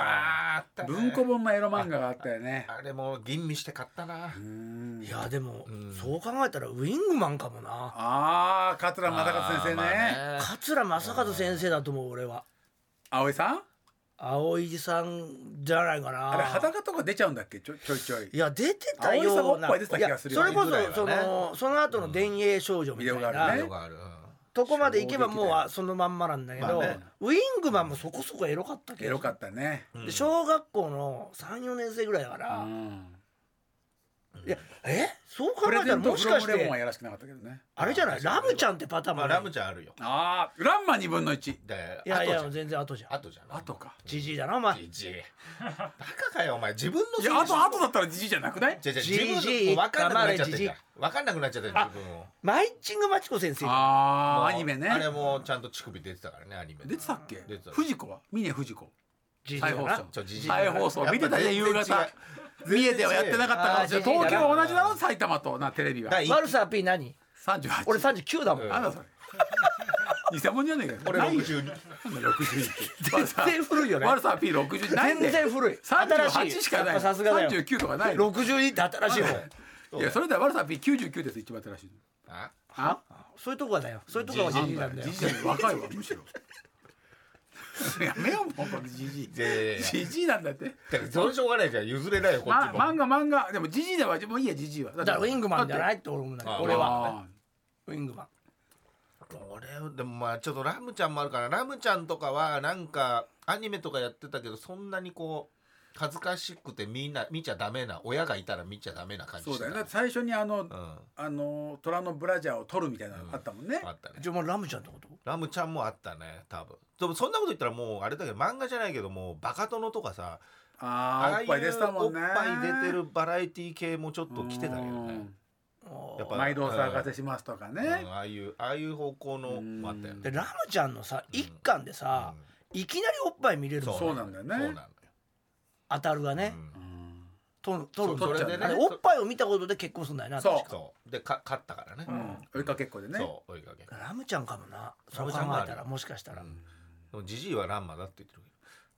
C: ーあったね
D: 文庫本のエロ漫画があったよね
C: あれも吟味して買ったな
B: ういやでも、そう考えたらウィングマンかもな
D: ああ桂正和先
C: あー
D: 生ね,、
C: まあね
B: 桂正和先生だと思う俺は
D: 葵さん
B: 葵さんじゃないかな
D: あれ裸とか出ちゃうんだっけちょちょいちょい
B: いや出てたような
D: 葵さんおっぱい出てた気がするよ
B: いやそれこ
C: ぐらい
B: そそ
C: はね
B: のその後の電影少女みたい
D: ビデ
B: な、
D: オがあるね
C: 色があるう
B: とこまで行けばもうあそのまんまなんだけど、
C: まあね
B: ウィングマンもそこそこエロかったけ
D: エ
B: ど
D: ロかったね
B: で小学校の34年生ぐらいだか
D: う
B: ら、
D: ん
B: いやえそう考
D: プ
B: え
D: レ
B: た
D: ゼ
B: ら
D: ント
B: も
D: フ
B: し
D: ロ
B: か
D: ム
B: し
D: レモンは
B: て
D: やらしくなかったけどね
B: あれじゃないラムちゃんってパター
C: ん
B: ン
C: ま
B: も
C: あ
B: ね
C: ラムちゃんあるよ
D: ああランマ2分の1
C: で
B: いやいや
C: 後じ
B: 全然後じ
C: ゃん
B: ゃん
C: 後じゃん
D: あとか
B: じじいだなお前
C: じじいバカかよお前自分の
D: いやあとあとだったらじじいじゃなくない
C: じゃじゃ
B: じじい
C: 自分の分かんなくなっちゃって
B: 黙
C: んじゃ
B: れじ
C: ん分かんなくなっちゃってる自分を
B: マイチングマチコ先生
D: ああ
C: もう
D: アニメね
C: あれもちゃんと乳首出てたからねアニメ
D: 出てたっけ
C: 出てた
D: 藤子は峰藤子
B: じじいだ
D: 再放
B: な
D: 送
C: ちょじじい
D: 再放送見てた
C: やっぱ
D: ね
C: 全然違う
D: 夕方三重ではやってなかったかもしれ
B: あ
D: ない
B: ー
D: 東
B: じじいだな
D: 京は同じだろ埼玉となテレビは
C: 第一
B: 悪さ P 何
D: 38
B: 俺39だもん、
D: なん だそれ偽物じゃねえか
C: 俺
D: ないよ
C: 62
D: なんだ62
B: 全然古いよね
D: 悪さは P60 ないんだ
B: 全
D: よ
B: 然古い新し
D: 38
B: い
D: しかな
B: や
D: い
B: っぱさすがだよ
D: 39とかないの
B: 62って新しいもん
D: いやそれでは悪さは P99 です一番新しいの
C: あ
D: あ
B: そういうとこはだよそういうとこは
D: な
B: じ
D: ん
B: じい
D: だ
B: な
D: よ
B: んだよ
D: じじいより若いわむしろやめようもうこのじじい
C: いやいやいや
D: じじいなんだって
C: だからそれしょうがないじゃん譲れないよこっ
D: ま
C: ちも
D: 漫画漫画でもジジイではもういいやジジイはだ
B: だからウィングマンじゃないいって俺思うんだけど
C: あ
B: 俺は
D: は
B: ウィングマン
C: 俺でもまあちょっとラムちゃんもあるからラムちゃんとかはなんかアニメとかやってたけどそんなにこう恥ずかしくてみんな見ちゃダメな親がいたら見ちゃダメな感じ
D: そう
C: して
D: だ
C: た
D: よね最初にあの、
C: うん
D: あの虎のブラジャーを取るみたいなのあったもんね、
C: あったね
B: じゃあもうラムちゃんってこと
C: ラムちゃんもあったね多分でもそんなこと言ったらもうあれだけど漫画じゃないけどもうバカ殿とかさ
D: ああおっぱい出てたもんね
C: ああいうおっぱい出てるバラエティ系もちょっと来てたけどねやっ
D: う
C: ぱ
D: ん毎度お騒が
C: う
D: せ
C: ん
D: しますとか
C: う
D: ね
C: ん、ああいうああいう方向の
D: うん
C: もあったよね
B: でラムちゃんのさ一巻でさ、いきなりおっぱい見れるの
D: そうなんだよね
C: そうなんだよ
B: 当たるがね、
C: うん
B: とるとる
C: そう
D: それでね
B: あれおっぱいを見たことで結婚するんだよな
D: そう
B: 確か
C: そうでか勝ったからね、
D: うん追いかけっこでね
C: そう追いかけ
B: ラムちゃんかもなそ
C: ラ
B: う
C: ム
B: 考
C: ちゃんもある
B: えたらもしかしたら、
C: でもジジイはランマだって言ってる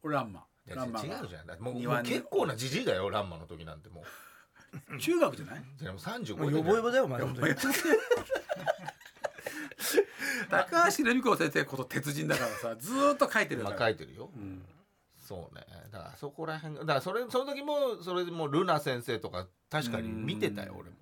D: 俺ランマ
C: けど
D: ランマ
C: いや違
D: が
C: うじゃんだってもう
D: 庭
C: も
D: に
C: う結構なジジイだよランマの時なんても
D: 中学じゃないう
C: でも35
B: もうヨボヨボだよお前本当に
D: 高橋留美子先生こと鉄人だからさずーっと書いてる
C: ま
D: か
C: あ
D: ら、
C: 書いてるよ、そうねだからそこら辺がだからそれその時もそれでもうルナ先生とか確かに見てたよ俺も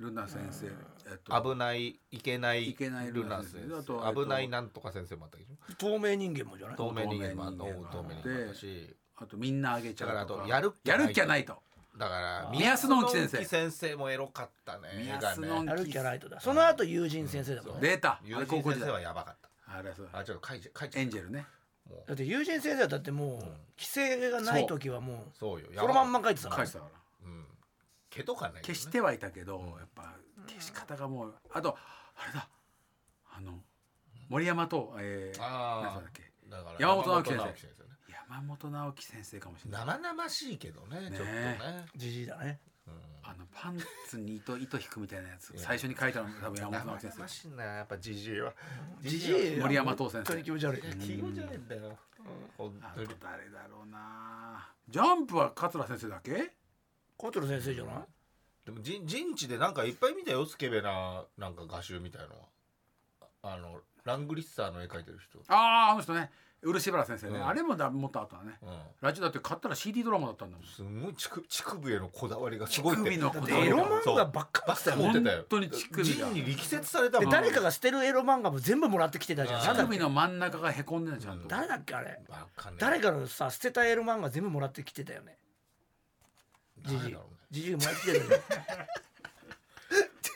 D: ルナ先生、えっと、
C: 危ないいけない
D: いけない
C: ル
D: ル
C: ナ
D: ナ
C: 先
D: 先生
C: 生
D: あとあと
C: 危ないなんとか先生もあったけど
B: 透明人間もじゃない
C: 透明人間もあった
D: 透明人間もあ
C: 透
D: っ
C: 明
D: て
C: 人間もあったし
D: あとみんなあげちゃうと
C: だからあ
D: か
C: とやるっきゃ
D: や
C: ないと
D: るっきゃないと
C: だから
D: 宮須のんき先生
C: 宮須のんき先生もエロかったね
D: 宮須のんき
B: やる気はないとだその後友人先生だもんね、
D: 出た
C: 友
D: あれ
C: 人
D: 高校
C: 先
D: 時
C: 生
D: 代
C: はやばかっ
D: あれそう
C: たあちょっと書いちゃ書いちゃ
D: エ
C: っ
D: ン
C: た
D: ジェルね
C: もう
B: だって友人先生はだってもう規制がない時はもう
C: そうよ
B: そのまんま書いてたもん
D: 返したから
C: うん毛とかないよね
D: 消してはいたけど、やっぱ消し方がもうあとあれだあの森山と、えー、なん
C: あ
D: だっけ
C: あだから
D: 山本直樹先生
C: 山本ね
D: 山本直樹先生かもしれない
C: 生々しいけどね
D: ね
C: ちょっとね
B: じじいだね
D: あのパンツに糸糸引くみたいなやつ最初に書いたの多分山本直樹
C: 生
D: 先
C: 々しいなやっぱジジイは
B: じじい
D: 生森山東先
B: 本当
D: 生
B: に気持ち悪い
C: いや器用じゃねえんだよ本
D: あ
C: 当
D: と
C: に
D: 誰だろうなジャンプは桂先生だけ
B: コトル先生じゃない
C: でもじん陣地でなんかいっぱい見たよスケベななんか画集みたいのはああのラングリッサーの絵描いてる人
D: あああの人ね漆原先生ね、
C: うん
D: あれもだもっと後だね
C: うん
D: ラジオだって買ったら CD ドラマだったんだもん
C: すごい乳首乳首へのこだわりがすごいって
D: 乳首のこだわ
B: エ
D: り
B: ロ
D: が
B: 漫画ばっか
C: ば
B: り
C: っか持ってたよ
D: 本当に乳首
C: 人
D: が
C: に力説された
B: で
C: もん
B: 誰かが捨てるエロ漫画も全部もらってきてたじゃん
C: あー
B: なんだっ
D: 首
B: け
D: の真ん中がへこんでるちゃんと、
B: 誰だっけあれ
C: わかんない
B: 誰かのさ捨てたエロ漫画全部もらってきてたよね
C: 誰だろうね
B: じじいお前来てる のよ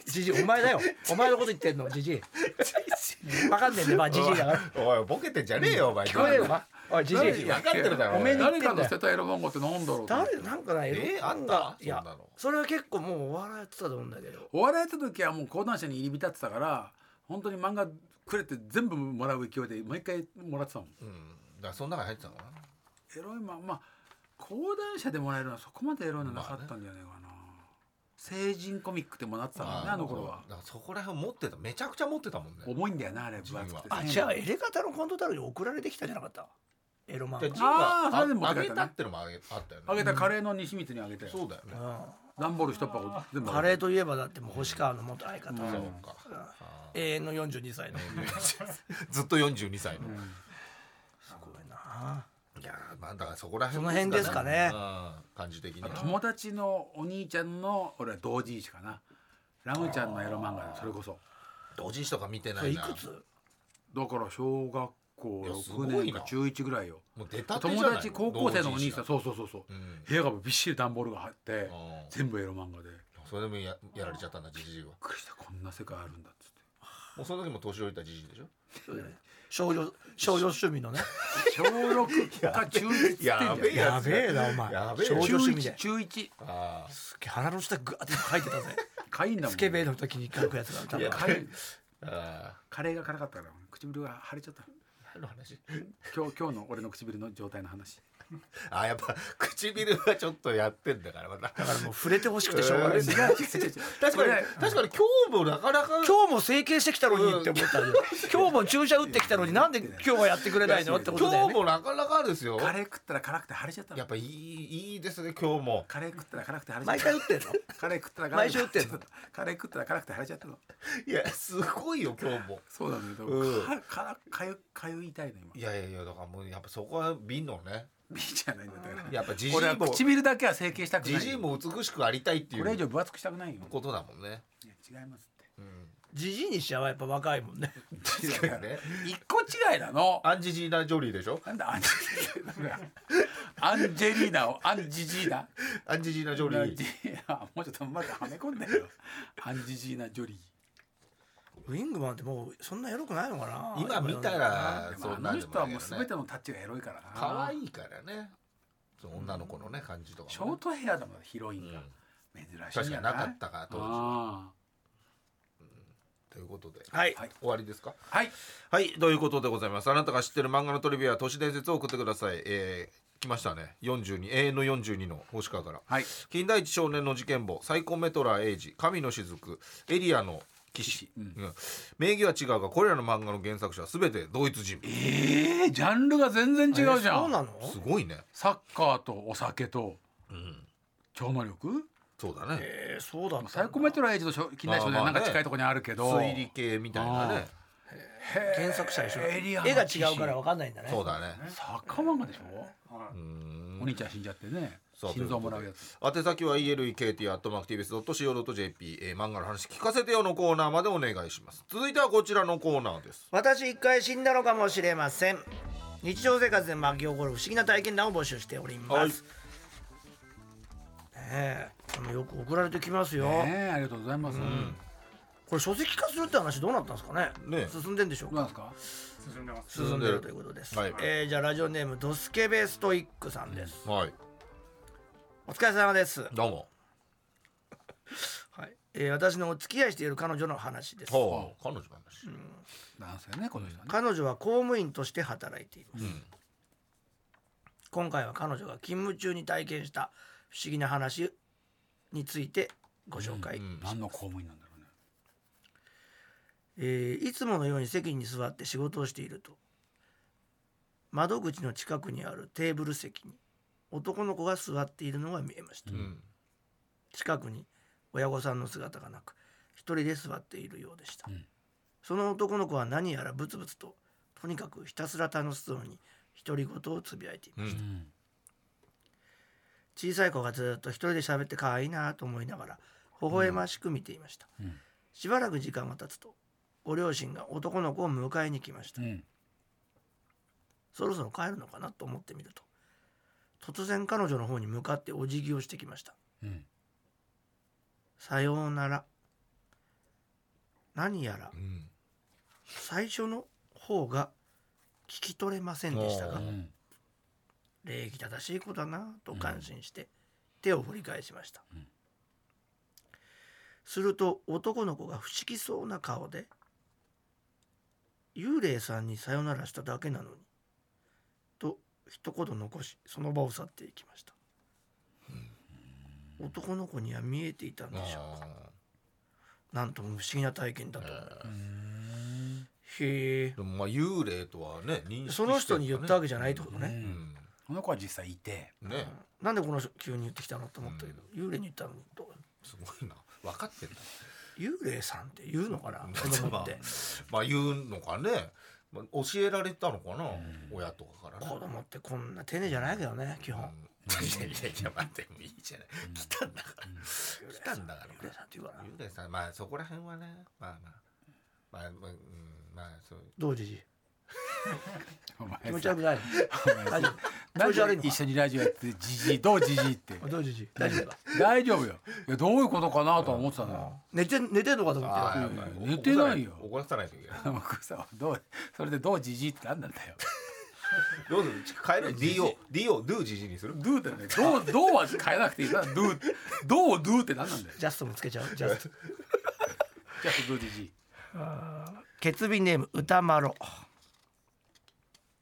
B: じじいお前だよお前のこと言ってんのじじいわかんねえんだよまあじじいだから
C: おいボケてんじゃねえよお前
B: 聞こえるわおいじじい
C: わかってるだろ
B: おめえに言って
D: 誰
B: んだ
D: か
B: よ
D: の捨てたエロ番号ってなんだろうと思って
B: 誰なんかない
C: えーあんた
B: いや
C: そんなの
B: それは結構もうお笑いやってたと思うんだけど
D: お笑いやった時はもう講談社に入り浸ってたから本当に漫画くれて全部もらう勢いで毎回もらってたもん
C: うんだからその中に入ってたのかな
D: エロいまんまあ講談社でもらえるのはそこまでエロいのなかったんじゃないかな、成人コミックでもらってたもんねあの頃は
C: だからそこら辺持ってためちゃくちゃ持ってたもんね
D: 重いんだよなあれ分厚くて
C: ジン
B: あ
D: 1000
B: じゃあエレガタのコント太郎に送られてきたじゃなかったエロマン
C: で
B: うん
C: ジン
D: あー
C: が
D: それでも
C: あ
D: 持っ
C: げ
D: て帰ったね
C: たってのもあげあったよね
D: あげたカレーの西光にあげて
C: そうだよね
D: 段ボール一箱全部
B: カレー
D: ー
B: といえばだってもう星川の元相方、
C: そう
D: うん
C: かあー
B: 永遠の42歳の
C: ずっと42歳の
B: すごいな。
C: いやーまあだからそこら辺
B: その辺ですかね
C: うん感じ的には
D: 友達のお兄ちゃんの俺は同人誌かなラムちゃんのエロ漫画でそれこそ
C: おじいとか見て
B: そ
C: な
B: れ
C: い
B: い
C: な
B: くつ？
D: だから小学校
C: いやす
D: 6
C: ごいな
D: 年か中1ぐらいよ
C: もう出たてじゃ
D: 友
C: ない
D: 達高校生のお兄さん
C: 同
D: そうそうそうそう
C: 人誌うん
D: 部屋がびっしり段ボールが入って
C: あー
D: 全部エロ漫画でびっ
C: それでもややられちゃったんだじじいはも
D: くりしたこんな世界あるんだっつって
C: うその時も年老いたじじいでしょ
B: 少女少女趣味のね。
D: 小6か中1っつってんじゃん
C: やべえやつ
B: えなお前
C: やべえ
B: 少女
D: 中
B: 趣味
D: 1
B: で。
D: 中1
C: あー
B: すっげえ鼻の下グワって書いてたぜ。
D: かいんだもん
B: スケベの時に書くやつだ多分
C: いや
D: カレー
C: あ
D: カレーが辛かったから唇が腫れちゃった
C: ー何の話
D: 今日今日の俺の唇の状態の話
C: あーやっぱ唇はちょっとやってんだからまた
B: だからもう触れてほしくてしょうがないんだよ。
C: 確かに
D: これ
C: 確かに今日もなかなか
B: 今日も整形してきたのにって思ったよ。今日も注射打ってきたのになんで今日はやってくれないのってことだよ
C: 今日
B: ね。
C: もなかなかですよ
D: カレー食ったら辛くて腫れちゃったの
C: やっぱいいいいですね今日も
D: カレー食ったら辛くて腫れちゃっ
B: 毎
D: た
B: 回打ってんの？
D: カレー食ったら辛く
B: 毎週打ってんの
D: カレー食ったら辛くて腫れちゃったの
C: いやすごいよ今日も
D: そうなんだよでも
C: うん
D: かからかゆかゆい痛いの今
C: いやいやいやだからもうやっぱそこは瓶のね
D: ビーじゃないんだから
C: やっぱじじい
D: 俺は
C: も
D: 唇だけは整形したくない
C: じじいも美しくありたいってい
D: これ以上
C: う
D: 分厚くしたくないよ
C: ことだもんね
D: いや違いますっ
B: ジジイにしちゃうやっぱ若いもんね。
D: て
C: 確かにね
D: 一個違いなの
C: アンジジーナ・ジョリーでしょ
D: なんだアンジェリーナアンジェリーナをアンジジーナ
C: アンジジーナ・ジョリ
D: アンジ
C: ー
D: いやもうちょっとうまくはめ込んでよアンジジーナ・ジョリー
B: ウィングマンってもうそんなエロくないのかな？
C: 今見たら
D: でも
C: そ
D: あ
C: んなん
D: の
C: で
D: 人はも
C: な
D: う
C: い
D: 全
C: け
D: て
C: どね
D: のタッチがエロいからな
C: 可愛いからねその女の子のね感じと
D: シ
C: か
D: ョ
C: も
D: ー
C: ね
D: トヘアだもんヒロインが、
C: う
D: 珍しい
C: 確
D: ん
C: か
D: や
C: になかったか当時
D: あ
C: ということで
B: はい
D: はい
C: 終わりですか
D: ーはい
C: はい、ということでございます。あなたが知ってる漫画のトリビア、都市伝説を送ってください。えー来ましたね。42、永遠の42の星川から。
D: はい
C: 近代一少年の事件簿、サイコメトラエイジ、神の雫、エリアの騎士。うん名義は違うが、これらの漫画の原作者は全て同一人物。
D: えー、ジャンルが全然違うじゃ
B: そうなんの？
C: すごいね。
D: サッカーとお酒と
C: うん、
D: 超能力
C: そうだね。
B: えーそうだったんだ。
D: サイコメトラエイジとしょ近代少年
C: まあま
D: な
C: あ
D: ん
C: ね
D: か近いところにあるけど、
C: 推理系みたいなね。
B: 原作者でしょ
D: エリアの
B: 絵が違うから分かんないんだね
C: そうだね。
D: 坂漫画でしょ、
E: は
C: う
E: い
C: ん
D: お兄ちゃん死んじゃってね
C: さあ
D: 心臓もらうやつ
C: 宛先は elekt.mactvs.co.jp、えー、漫画の話聞かせてよのコーナーまでお願いします続いてはこちらのコーナーです
B: 私一回死んだのかもしれません日常生活で巻き起こる不思議な体験談を募集しております、ねえあのよく送られてきますよ、
D: ねえありがとうございます、
B: これ書籍化するって話どうなったんですかね
C: ねえ
B: 進んでんでしょう
D: どうなん
B: か
D: ですか
E: 進んでます。
B: 進んでるということです、
C: はい
B: えーじゃあラジオネームドスケベストイックさんです、
C: はい
B: お疲れ様です、
C: どうも
B: はいえー私のお付き合いしている彼女の話です
C: ほう彼女の話
D: 男性ねこの人はね
B: 彼女は公務員として働いています、今回は彼女が勤務中に体験した不思議な話についてご紹介、
D: 何の公務員なんだろうね
B: えーいつものように席に座って仕事をしていると窓口の近くにあるテーブル席に男の子が座っているのが見えました、
C: ん
B: 近くに親御さんの姿がなく一人で座っているようでした、
D: ん
B: その男の子は何やらブツブツととにかくひたすら楽しそうに独り言をつぶやいていました、
D: ん
B: 小さい子がずっと一人で喋って可愛いなと思いながら微笑ましく見ていました、
D: ん
B: しばらく時間が経つとご両親が男の子を迎えに来ました、
D: うん
B: そろそろ帰るのかなと思ってみると突然彼女の方に向かってお辞儀をしてきました
D: うん
B: さようなら何やら
C: うん
B: 最初の方が聞き取れませんでしたが
C: おー
D: うん
B: 礼儀正しい子だなと感心して手を振り返しました、
D: うん
B: すると男の子が不思議そうな顔で幽霊さんにさよならしただけなのにと一言残しその場を去っていきました、男の子には見えていたんでしょうか
C: あ
B: なんとも不思議な体験だと思います、へ
C: ーでもまあ幽霊とはね認識してるから
B: え
C: ね
B: その人に言ったわけじゃないってことね、
D: う
C: うんん
D: この子は実際いて
C: ね
B: なんでこの人急に言ってきたのと思ったけど、幽霊に言ったのにと
C: すごいな分かってんだ
B: 幽霊さんって言うのかな
C: うん
B: 子供って
C: まあ言うのかね、まあ、教えられたのかな、親とかからね
B: 子供ってこんな丁寧じゃないけどね基
C: うん
B: 本、
C: いやいやいや待ってもいいじゃない、来たんだから、来たんだから
B: 幽霊さんって言うから
C: 幽霊さんまあそこら辺はねまあまあまあまあ、うん、まあそう
B: どうじじい
D: お前さ
B: 気持ち悪くない大丈 夫気
D: な
B: 持ち悪い
D: ん
B: の
D: で
B: か
D: 一緒にラジオやってじじいどうじじいって
B: どうじ じい大丈夫か
D: 大丈夫よいやどういうことかなとは思ってたのよ
B: 寝て寝てんのかと思って
C: あ
B: よ
C: ーまあ
D: 寝てないよ
C: 怒らさないといけない
D: でもさどうそれでどうじじいって何なんだよ
C: どうする変える DO DO ドゥジジにする
D: どうだよねどうどうは変えなくていいなどうどうどうって何なんだよ
B: ジャストもつけちゃうジャスト
D: じゃあどうじじい
B: 決備ネーム歌まろ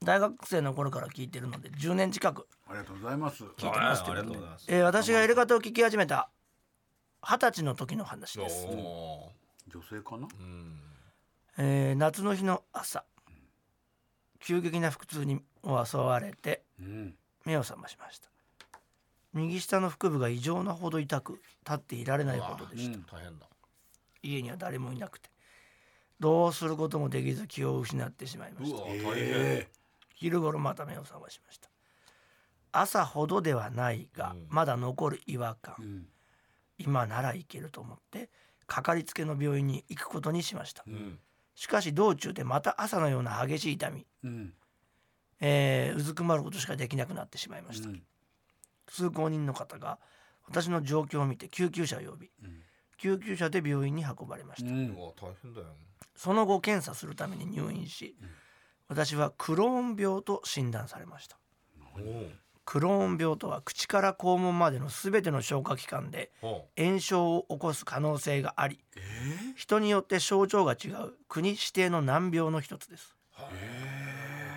B: 大学生の頃から聞いてるので10年近く
D: ありがとうございます
B: 聞いてます
C: はいありがとうございます
B: えー私がエレカタを聞き始めた二十歳の時の話
C: お
B: です
C: お
D: 女性かな
C: ーうん
B: えー夏の日の朝急激な腹痛に襲われて
D: うん
B: 目を覚ましました右下の腹部が異常なほど痛く立っていられな
C: う
B: い
C: わ
B: ほどでした、
D: うん
C: 大変だ
B: 家には誰もいなくてどうすることもできず気を失ってしまいうました
C: わ大変、
D: え
B: 昼頃また目を覚ましました朝ほどではないが、
C: うん
B: まだ残る違和感、
D: えうん
B: 今ならいけると思ってかかりつけの病院に行くことにしました、
C: うん
B: しかし道中でまた朝のような激しい痛み
D: うん
B: えーうずくまることしかできなくなってしまいま
D: う
B: した、
D: ん
B: 通行人の方が私の状況を見て救急車を呼び
D: うん
B: 救急車で病院に運ばれました、
D: うん
C: うわ大変だよ
B: その後検査するために入院し、私はクローン病と診断されました
C: おー
B: クローン病とは口から肛門までの全ての消化器官で
C: お
B: 炎症を起こす可能性があり、人によって症状が違う国指定の難病の一つです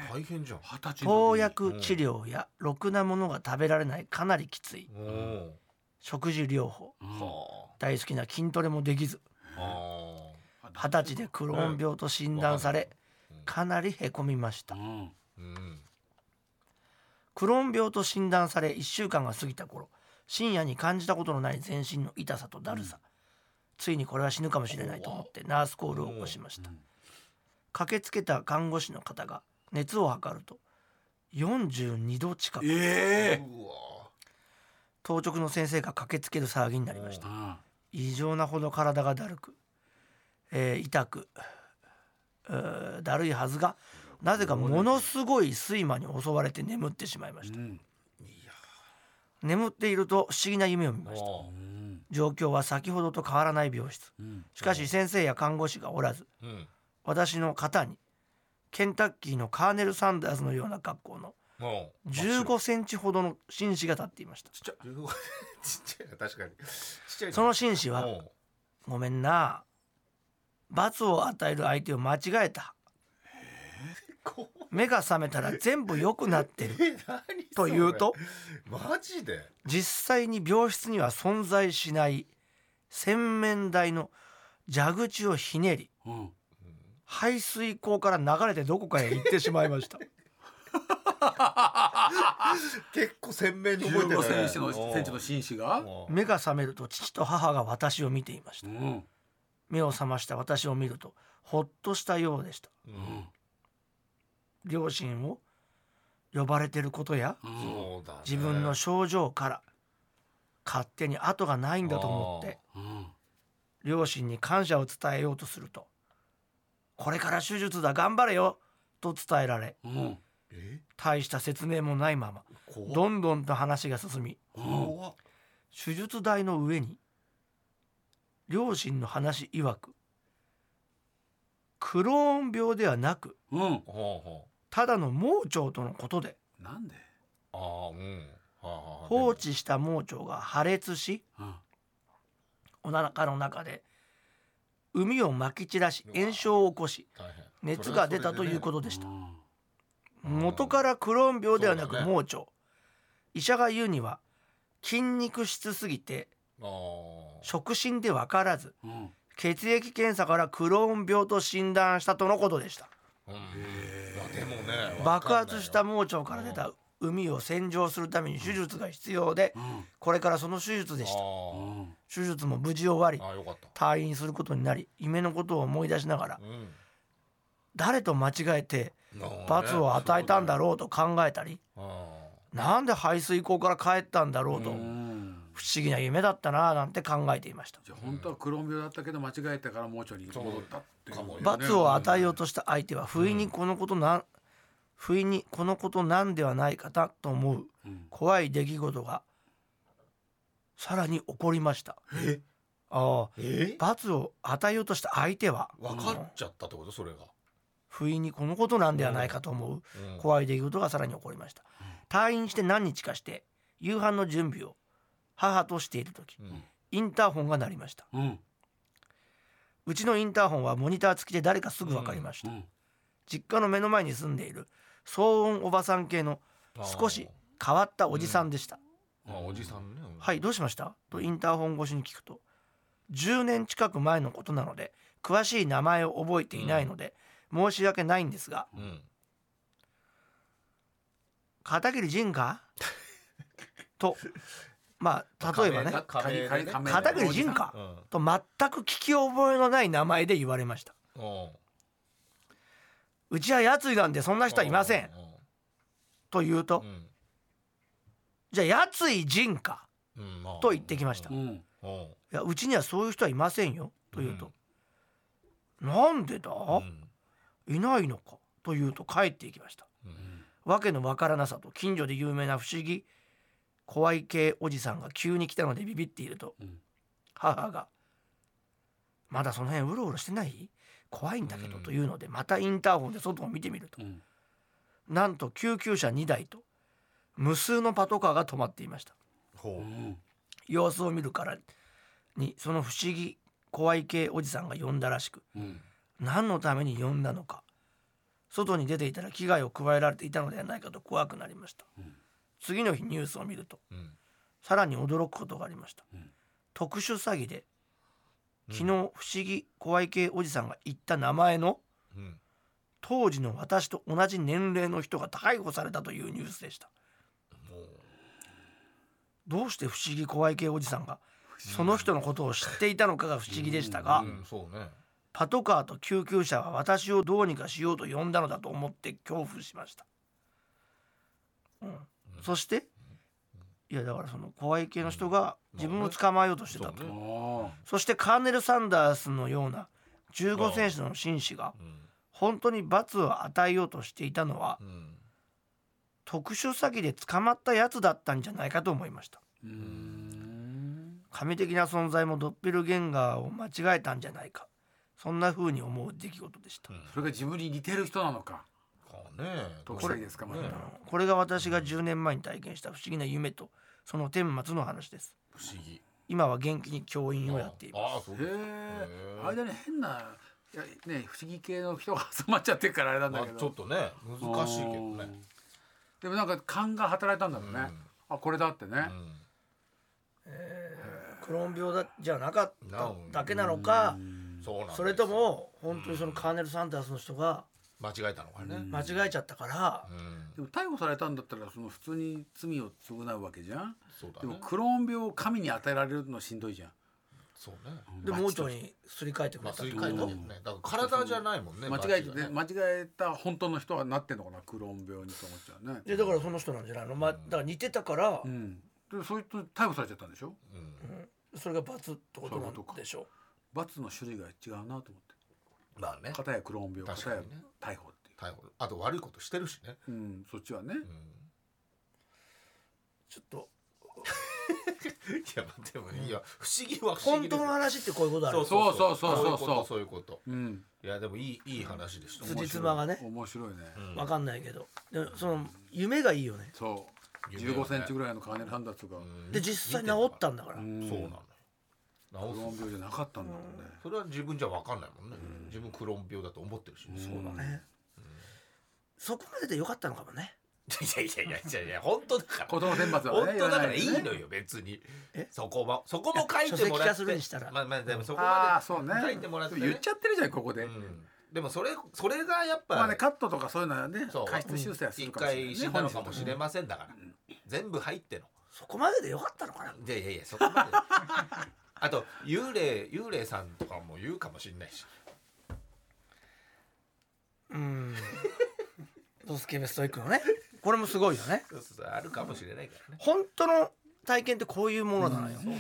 C: ー大変じゃん
D: 二十歳の時に
B: 投薬治療やろくなものが食べられないかなりきつい
C: おお
B: 食事療法
D: うん
C: は
B: 大好きな筋トレもできず
C: ああ
B: 二十歳でクローン病と診断され
C: うん
B: かなりへこみまし
D: う
B: た
D: ん
C: ーうん
B: クローン病と診断され1週間が過ぎた頃深夜に感じたことのない全身の痛さとだるさ、ついにこれは死ぬかもしれないと思ってナースコールを起こしました、
D: うん
B: 駆けつけた看護師の方が熱を測ると42度近く
D: ええ
C: うわ
B: 当直の先生が駆けつける騒ぎになりました
D: うん
B: 異常なほど体がだるく、えー痛くうーだるいはずがなぜかものすごい睡魔に襲われて眠ってしまいまし
D: う
B: た
D: ん
B: 眠っていると不思議な夢を見ました
C: あ
D: うん
B: 状況は先ほどと変わらない病室
D: うん
B: しかし先生や看護師がおらず
C: ーうん
B: 私の肩にケンタッキーのカーネル・サンダースのような格好の
C: もう
B: 15センチほどの紳士が立っていました
C: ちっちゃいちっちゃいな確かにちっちゃいな
B: その紳士は
C: おう
B: 「ごめんな罰を与える相手を間違えた
C: 怖い
B: 目が覚めたら全部良くなって る」
C: え何
B: というと
C: それマジで
B: 実際に病室には存在しない洗面台の蛇口をひねり
D: うん
B: 排水口から流れてどこかへ行ってしまいました
C: 結構鮮明に覚えてるね
D: 15センチの
C: おう
D: センチの紳士が
C: おう
B: 目が覚めると父と母が私を見ていまし
D: う
B: た
D: ん
B: 目を覚ました私を見るとほっとしたようでした
C: う
D: うんん
B: 両親を呼ばれてることや
D: うん
C: そうだね
B: 自分の症状から勝手に後がないんだと思って
D: うん
B: 両親に感謝を伝えようとすると「これから手術だ頑張れよ」と伝えられ
D: うん
C: え
B: 大した説明もないまま
C: 怖っ
B: どんどんと話が進み
D: うん
C: 怖っ
B: 手術台の上に両親の話曰くクローン病ではなく
D: うん
C: ほうほ
B: ただの盲腸とのことで
D: なんで、
C: うああうんはあはあ
B: 放置した盲腸が破裂し
D: うん、
B: お腹の中で膿をまき散らし炎症を起こし
C: 大変
B: 熱が出たということでした
D: う
C: う
D: ん
C: ん
B: 元からクローン病ではな
C: そう
B: く
C: だね
B: 盲腸、医者が言うには筋肉質すぎて
C: ああ
B: 触診で分からず
D: うん
B: 血液検査からクローン病と診断したとのことでした
C: うんいやでもね
B: 爆発した
C: も
B: 盲腸から出た膿を洗浄するために手術が必要で
D: うん
B: これからその手術でした
D: う
C: あ
D: ん
B: 手術も無事終
C: ー
B: わ
C: あーよかった
B: り退院することになり夢のことを思い出しながら
C: うん
B: 誰と間違えて
C: あー
B: 罰を与えたんだろうと考えたり
C: あ
B: なんで排水溝から帰ったんだろうと
D: うん
B: 不思議な夢だったなぁなんて考えていました
D: じゃあ本当はクローン病だったけど間違えたから盲腸に戻ったっていう
C: そうかもよ
B: 罰を与えようとした相手は不意にこのことなん、不意にこのことなんではないかなと思う
D: うん
B: 怖い出来事がさらに起こりました
C: え
B: ああ
C: え
B: 罰を与えようとした相手は
C: 分かっちゃったってことそれが
B: 不意にこのことなんではないかと思う
C: い
B: 怖い出来事がさらに起こりました退院して何日かして夕飯の準備を母としている時インターホンが鳴りました
D: うん
B: うちのインターホンはモニター付きで誰かすぐ分かりまし
D: う
B: た
D: ん
B: 実家の目の前に住んでいる騒音おばさん系の少し変わったおじさんでした、
C: あおじさんねうん
B: はいどうしましたとインターホン越しに聞くと10年近く前のことなので詳しい名前を覚えていないので、申し訳ないんですが
C: うん
B: 片桐仁かとまあ例えばね
C: 仮名仮名でね
D: 仮名
B: 片桐仁か
C: うん
B: と全く聞き覚えのない名前で言われました
C: うん
B: うちはやついなんでそんな人はいませんと言うと
C: うん
B: じゃあやつい仁か
C: うんまあ
B: と言ってきました
D: うん
C: うん
B: いやうちにはそういう人はいませんよと言うとなんでだ
C: うん
B: いないのかと言うと帰っていきました
C: うん
B: わけのわからなさと近所で有名な不思議怖い系おじさんが急に来たのでビビっていると、
D: うん
B: 母が「まだその辺うろうろしてない怖いんだけど」
C: うん
B: というのでまたインターホンで外を見てみると、
D: うん
B: なんと救急車2台と無数のパトカーが止まっていました
D: う
C: ほうん
B: 様子を見るからにその不思議怖い系おじさんが呼んだらしく
D: うん
B: 何のために呼んだのか外に出ていたら危害を加えられていたのではないかと怖くなりました、
D: うん
B: 次の日ニュースを見ると
C: うん
B: さらに驚くことがありました、
D: うん
B: 特殊詐欺で
C: うん
B: 昨日不思議怖い系おじさんが言った名前の
C: うん
B: 当時の私と同じ年齢の人が逮捕されたというニュースでした
C: もう
B: どうして不思議怖い系おじさんがその人のことを知っていたのかが不思議でしたが、
C: うんそうね
B: パトカーと救急車は私をどうにかしようと呼んだのだと思って恐怖しました、うん、そしていやだからその怖い系の人が自分を捕まえようとしてたと
C: そうね
D: おー
B: そしてカーネル・サンダースのような15選手の紳士が
C: うん
B: 本当に罰を与えようとしていたのは
C: うん
B: 特殊詐欺で捕まったやつだったんじゃないかと思いました
D: うーん
B: 神的な存在もドッペルゲンガーを間違えたんじゃないかそんな風に思う出来事でした
C: うん
D: それが自分に似てる人なのか
C: かね
D: 特殊詐欺ですかまだ
C: ね
B: これが私が10年前に体験した不思議な夢とその顛末の話です
C: 不思議
B: 今は元気に教員をやっています
C: ああそう
D: へ
C: です
D: え
C: へー
D: 間に変ないやね不思議系の人が挟まっちゃってるからあれなん
C: ま
D: だ
C: あ
D: けど
C: ちょっとね難しいけどね
D: でもなんか勘が働いたんだろうね、あこれだってね、
B: クローン病だじゃなかっ
C: な
B: た
C: お
B: だけなのか
C: うんそうなんです
B: それとも本当にそのカーネル・サンダースの人が
C: 間違えたのかね
B: 間違えちゃったから
C: うん
D: でも逮捕されたんだったらその普通に罪を償うわけじゃん
C: そうだ
D: でも
C: ね
D: クローン病を神に与えられるのしんどいじゃん
C: そうね
B: で盲腸にすり替えてく
C: ま
B: れ
C: あ
B: たっ
C: す
B: て
C: り
B: こ
C: 替えた
B: と
C: けどねだから体じゃないもんね
D: 間違えて
C: 罰がね
D: 間違えた本当の人はなってんのかなクローン病にと思っちゃうね
B: でだからその人なんじゃないのまあだから似てたから
D: うんでそういうと逮捕されちゃったんでしょ
C: うん
B: それが罰ってことな
D: そういうこと
B: ん
D: か
B: でしょ
D: 罰の種類が違うなと思って
C: まあね
D: 片やクローン病
C: 確
D: 片
C: か
D: や
C: にね
D: 逮捕ってい
C: 逮捕あと悪いことしてるしね
D: う、うん、そっちはね
C: うん
B: ちょっと
C: やまあでもいや不思議は不思
B: 本
C: 議で
B: 当
C: す
B: の話ってこういうことある
C: そう
B: よ
C: そうそう
D: そうそうそうそう
C: そういうことそういうこ
D: うん
C: といやでもいいいい話でした
B: 辻褄がね
D: 面白いね、
B: わかんないけどでその夢がいいよね
D: そう
C: 夢をね
D: 15センチぐらいのカーネルハンダーとか
B: で実際治ったんだから、
D: うん
C: そうなの
D: クロ
C: よ
D: ー
C: 治
D: ン
C: す
D: 病じゃなかったんだもんね
C: それは自分じゃ分かんないもんね自分クローン病だと思ってるしそうなのい
B: ねそこまででよかったのかもね
C: やいやいやいやいや本当だから
D: 子供選抜は
C: 本
D: ね
C: 当だからいい
D: やらな
C: の
D: ね
C: よ別に
B: え
C: そこもそこも書いて
B: 書
C: も
B: 籍
C: ら
B: 化
C: っ
B: す
C: て
B: るにしたら
C: まあまあでもそこ
D: ああ
C: ま
D: そうね
C: 書いてもらってね
D: 言っちゃってるじゃんここで、
C: でうんでもそれそれがやっ
D: まあ
C: ぱ
D: ねカットとかそういうのはね
C: そう
D: 過失修正はす
C: 一
D: るかもしれない、ね、
C: 回死んだのかもしれ
D: 本
C: ませんだから全部入っての
B: そこまででよかったのかない
C: やいやいやそこまであと幽霊幽霊さんとかも言うかもしれないし
B: うー んドスケベストイックのねこれもすごいよね
C: そうそうそうあるかもしれないからね
B: 本当の体験ってこういうものなのよ、
C: そう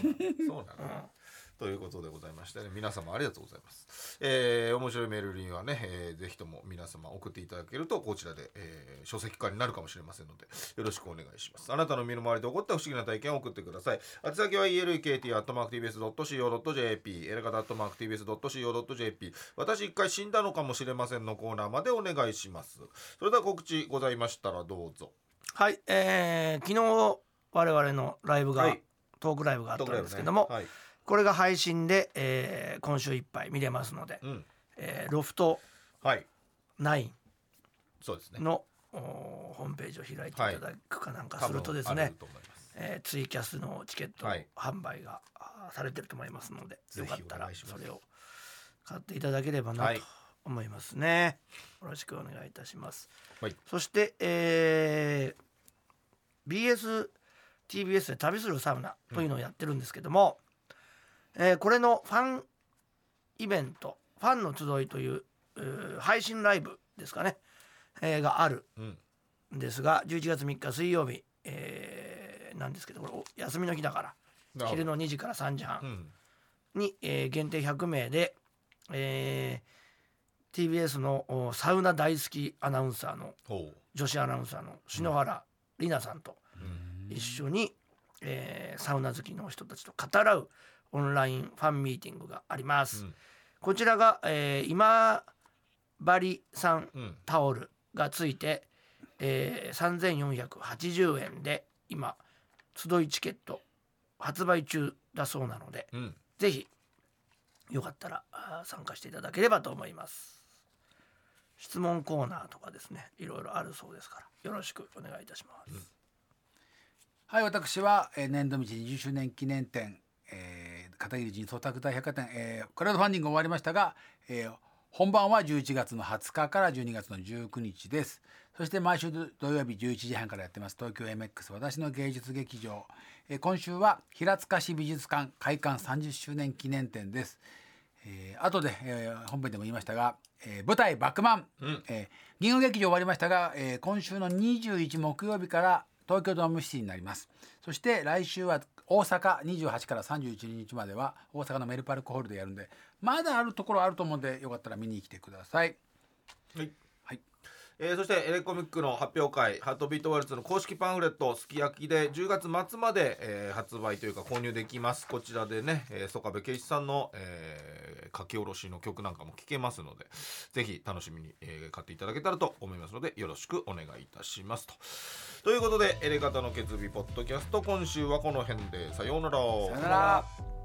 C: なのということでございましてね皆様ありがとうございます、えー面白いメールリンはね、えー、ぜひとも皆様送っていただけるとこちらで、えー書籍化になるかもしれませんのでよろしくお願いしますあなたの身の回りで起こった不思議な体験を送ってください宛先は elkt.tbs.co.jp エレカタ .tbs.co.jp 私一回死んだのかもしれませんのコーナーまでお願いしますそれでは告知ございましたらどうぞ
B: はいえー、昨日我々のライブが、
C: はい
B: トークライブがあったんですけども、
C: はい
B: これが配信で、えー今週いっぱい見れますので、
C: うん
B: えーロフト
C: はい
B: 9
C: そうですね
B: の、おホームページを開いていただくかなんかするとですね、
C: 多分あると思います
B: えーツイキャスのチケット
C: はい
B: 販売が、あーされてると思いますので
C: ぜ
B: よ
C: ひ
B: かった
C: お
B: ら
C: 願いします
B: それを買っていただければな
C: は
B: と
C: い
B: 思いますね、よろしくお願いいたします、
C: はい
B: そして、えー BSTBS で旅するサウナというのをやってるんですけども、えーこれのファンイベントファンの集いといううー配信ライブですかね、えーがある
C: うん
B: ですが11月3日水曜日、えーなんですけどこれお休みの日だか
C: なる
B: ら
C: ほど
B: 昼の2時から3時
C: う
B: 半
C: ん
B: に、えー限定100名で、えー TBS のおサウナ大好きアナウンサーの
C: ほう
B: 女子アナウンサーの篠原里奈さんと一緒に、えーサウナ好きの人たちと語らうオンラインファンミーティングがあります。
C: うん
B: こちらが、えー今治さん
C: うん
B: タオルがついて、えー、3480円で今集いチケット発売中だそうなので
C: うん
B: ぜひよかったらあー参加していただければと思います質問コーナーとかですねいろいろあるそうですからよろしくお願いいたします、
D: はい私は、えー年度道20周年記念展、えー、片桐仁総宅大百貨店、えークラウドファンディング終わりましたが、えー本番は11月の20日から12月の19日ですそして毎週土曜日11時半からやってます東京 MX 私の芸術劇場、えー今週は平塚市美術館開館30周年記念展ですえー後で、えー本編でも言いましたが、えー舞台「バックマン」えー銀河劇場終わりましたが、えー今週の21木曜日から東京ドームシティになりますそして来週は大阪28から31日までは大阪のメルパルクホールでやるんでまだあるところあると思うんでよかったら見に来てください
C: はい
D: はい
C: えーそしてエレコミックの発表会「ハートビートワルツ」の公式パンフレット「すき焼き」で10月末まで、えー発売というか購入できますこちらでね、えー、曽我部圭一さんの、えー書き下ろしの曲なんかも聴けますのでぜひ楽しみに、えー買っていただけたらと思いますのでよろしくお願いいたしますとということで「エレガタの決意」ポッドキャスト今週はこの辺でさようなら
D: さよなら